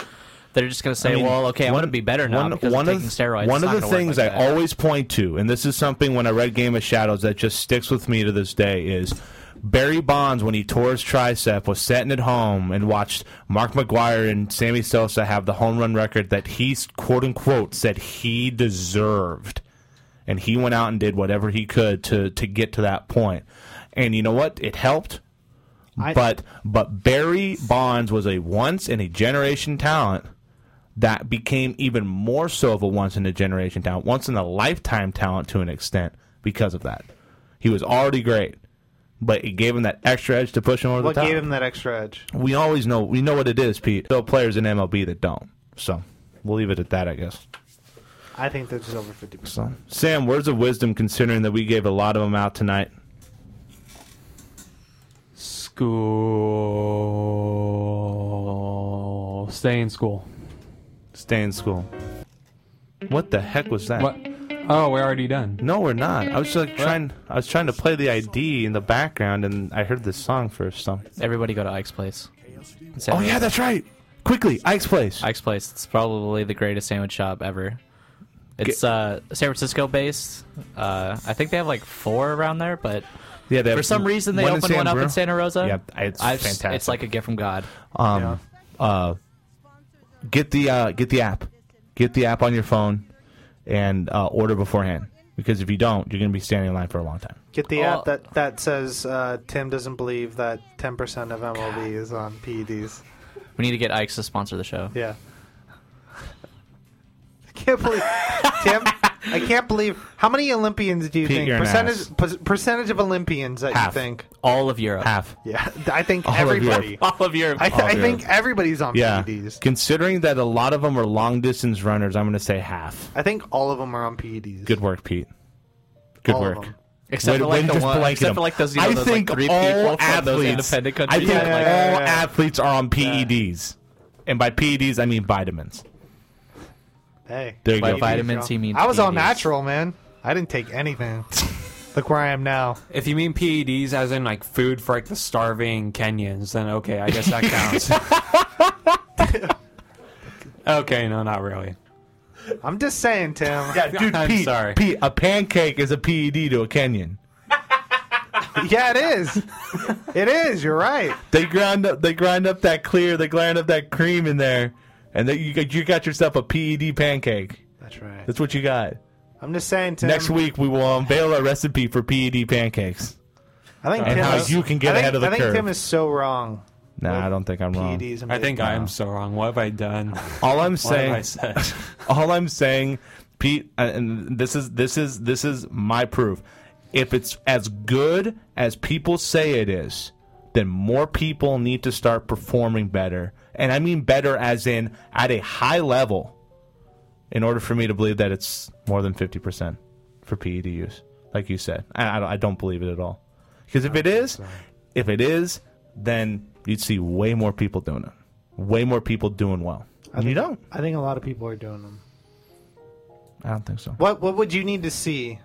J: they're just going to say,
H: I mean,
J: "Well, okay, I
H: one-
J: want to be better now because I'm taking steroids." It's
H: One of
J: not
H: the
J: gonna work
H: things
J: like
H: I
J: that.
H: always point to, and this is something when I read Game of Shadows that just sticks with me to this day, is Barry Bonds when he tore his tricep was sitting at home and watched Mark McGuire and Sammy Sosa have the home run record that he quote unquote said he deserved, and he went out and did whatever he could to to get to that point. And you know what? It helped. but but Barry Bonds was a once in a generation talent that became even more so of a once in a generation talent, once in a lifetime talent to an extent because of that. He was already great, but it gave him that extra edge to push him over
G: What
H: the top.
G: gave him that extra edge?
H: we always know we know what it is, Pete. Though players in MLB that don't. So we'll leave it at that, I guess.
G: I think that's just over fifty percent.
H: So Sam, words of wisdom considering that we gave a lot of them out tonight.
O: School. Stay in school.
H: Stay in school. What the heck was that?
O: What? Oh, we're already done.
H: No, we're not. I was just like, trying. I was trying to play the ID in the background, and I heard this song first. So
J: everybody go to Ike's place.
H: Oh, yeah, that's right. Quickly, Ike's place.
J: Ike's place. It's probably the greatest sandwich shop ever. It's uh, San Francisco based. Uh, I think they have like four around there, but
H: yeah, they have
J: for some reason they
H: one in
J: opened
H: San
J: one up
H: Bruno.
J: in Santa Rosa.
H: Yeah, it's
J: I've-
H: fantastic.
J: It's like a gift from God.
H: Um, uh, get the uh, get the app, get the app on your phone, and uh, order beforehand. Because if you don't, you're going to be standing in line for a long time.
G: Get the app that that says uh, Tim doesn't believe that ten percent of MLB is on PEDs.
J: We need to get Ike's to sponsor the show.
G: *laughs* Yeah. can't believe Tim. I can't believe how many Olympians do you
J: Pete,
G: think
J: you're an
G: percentage per- percentage of Olympians that
J: Half.
G: you think?
J: All of Europe. Half.
G: Yeah, I think
H: All of
G: everybody.
J: *laughs*
H: Europe.
J: All of E Europe.
G: I, th-
H: All
G: I
H: of
G: think
H: Europe.
G: everybody's on E
H: yeah.
G: PEDs.
H: Considering that a lot of them are long distance runners, I'm going to say half.
G: I think all of them are on E PEDs.
H: Good work, Pete. Good
G: All of
H: work.
G: them.
J: Except
H: Way to-
J: for, like, the
H: way to just
J: one-
H: blanket
J: except
H: them.
J: for, like, those, you know,
H: I
J: those, like,
H: think
J: three
H: all
J: people from
H: athletes,
J: those independent countries
H: I think
J: that, like-
H: all
J: Yeah.
H: athletes are on PEDs, and by PEDs I mean vitamins.
G: Hey,
H: There you
J: By
H: go.
J: vitamin C means E
G: I was all
J: PEDs.
G: natural, man. I didn't take
H: *laughs*
G: anything. Look where I am now.
I: If you mean PEDs as in like food for like the starving Kenyans, then okay, I guess that counts.
G: *laughs*
L: *laughs*
I: okay, no, not really.
G: I'm just saying, Tim.
I: *laughs*
H: Yeah, dude,
I: I'm
H: Pete,
I: sorry.
H: Pete, a pancake is a PED to a Kenyan.
G: *laughs* yeah, it is. It is. You're right.
H: They grind up, they grind up that clear, they grind up that cream in there, and then you got- you got yourself a PED pancake.
G: That's right.
H: That's what you got.
G: I'm just saying, Tim.
H: Next week we will unveil a recipe for PED pancakes.
G: I think
H: and
G: Tim
H: how
G: is,
H: you can get
G: I think,
H: ahead of the
G: I think
H: curve.
G: Tim is so wrong.
H: Nah, I don't think I'm wrong.
G: PEDs and
I: I think
H: No.
I: I am so wrong. What have I done?
H: All I'm
I: What have I
H: saying,
I: said?
H: all I'm saying, Pete, uh, and this is this is this is my proof. If it's as good as people say it is, then more people need to start performing better, and I mean better as in at a high level. In order for me to believe that it's more than fifty percent for PED use, like you said, I, I don't- I don't believe it at all. Because if it is, if it is, then you'd see way more people doing it, way more people doing well. And you don't.
G: I think a lot of people are doing them.
H: I don't think so.
G: What What would you need to see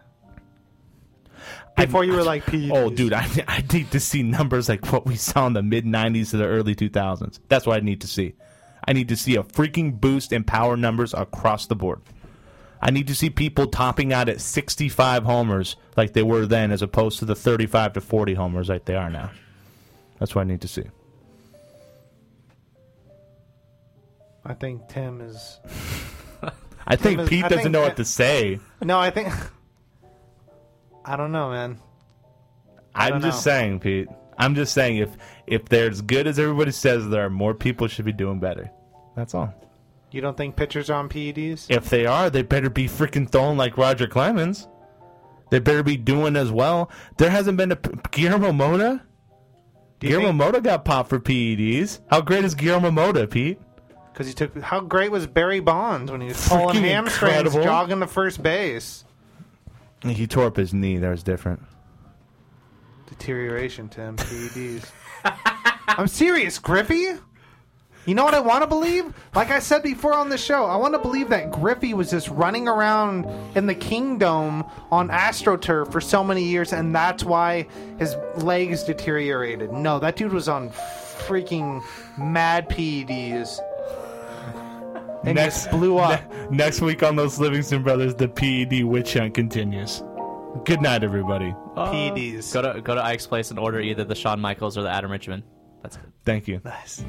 G: before you were like E PEDs?
H: Oh, dude, *laughs* I, I need to see numbers like what we saw in the mid 90s to the early 2000s. That's what I need to see. I need to see a freaking boost in power numbers across the board. I need to see people topping out at 65 homers like they were then, as opposed to the 35 to 40 homers like they are now. That's what I need to see.
G: I think Tim is.
H: I think
G: Tim is-
H: Pete
G: I
H: doesn't
G: think
H: know
G: Tim-
H: what to say.
G: No, I think. *laughs* I don't know, man. I
H: I'm
G: don't
H: just
G: know.
H: saying, Pete. I'm just saying if if they're as good as everybody says they are, more people should be doing better. That's all.
G: You don't think pitchers are on E PEDs?
H: If they are, they better be freaking throwing like Roger Clemens. They better be doing as well. There hasn't been a Guillermo Moda. Guillermo Moda got popped for PEDs. How great is Guillermo Moda, Pete?
G: Because he took. How great was Barry Bonds when he was pulling
H: Freaking
G: hamstrings,
H: incredible.
G: jogging to first base?
H: He tore up his knee. That was different.
G: Deterioration, Tim. PEDs. I'm serious, Griffey. You know what I want to believe? Like I said before on the show, I want to believe that Griffey was just running around in the kingdom on AstroTurf for so many years, and that's why his legs deteriorated. No, that dude was on freaking mad E PEDs. And just blew up.
H: ne- next week on those Livingston Brothers, the PED witch hunt continues. Good night, everybody.
G: PEDs.
J: Go to go to Ike's place and order either the Shawn Michaels or the Adam Richmond. That's it.
H: Thank you.
G: Nice.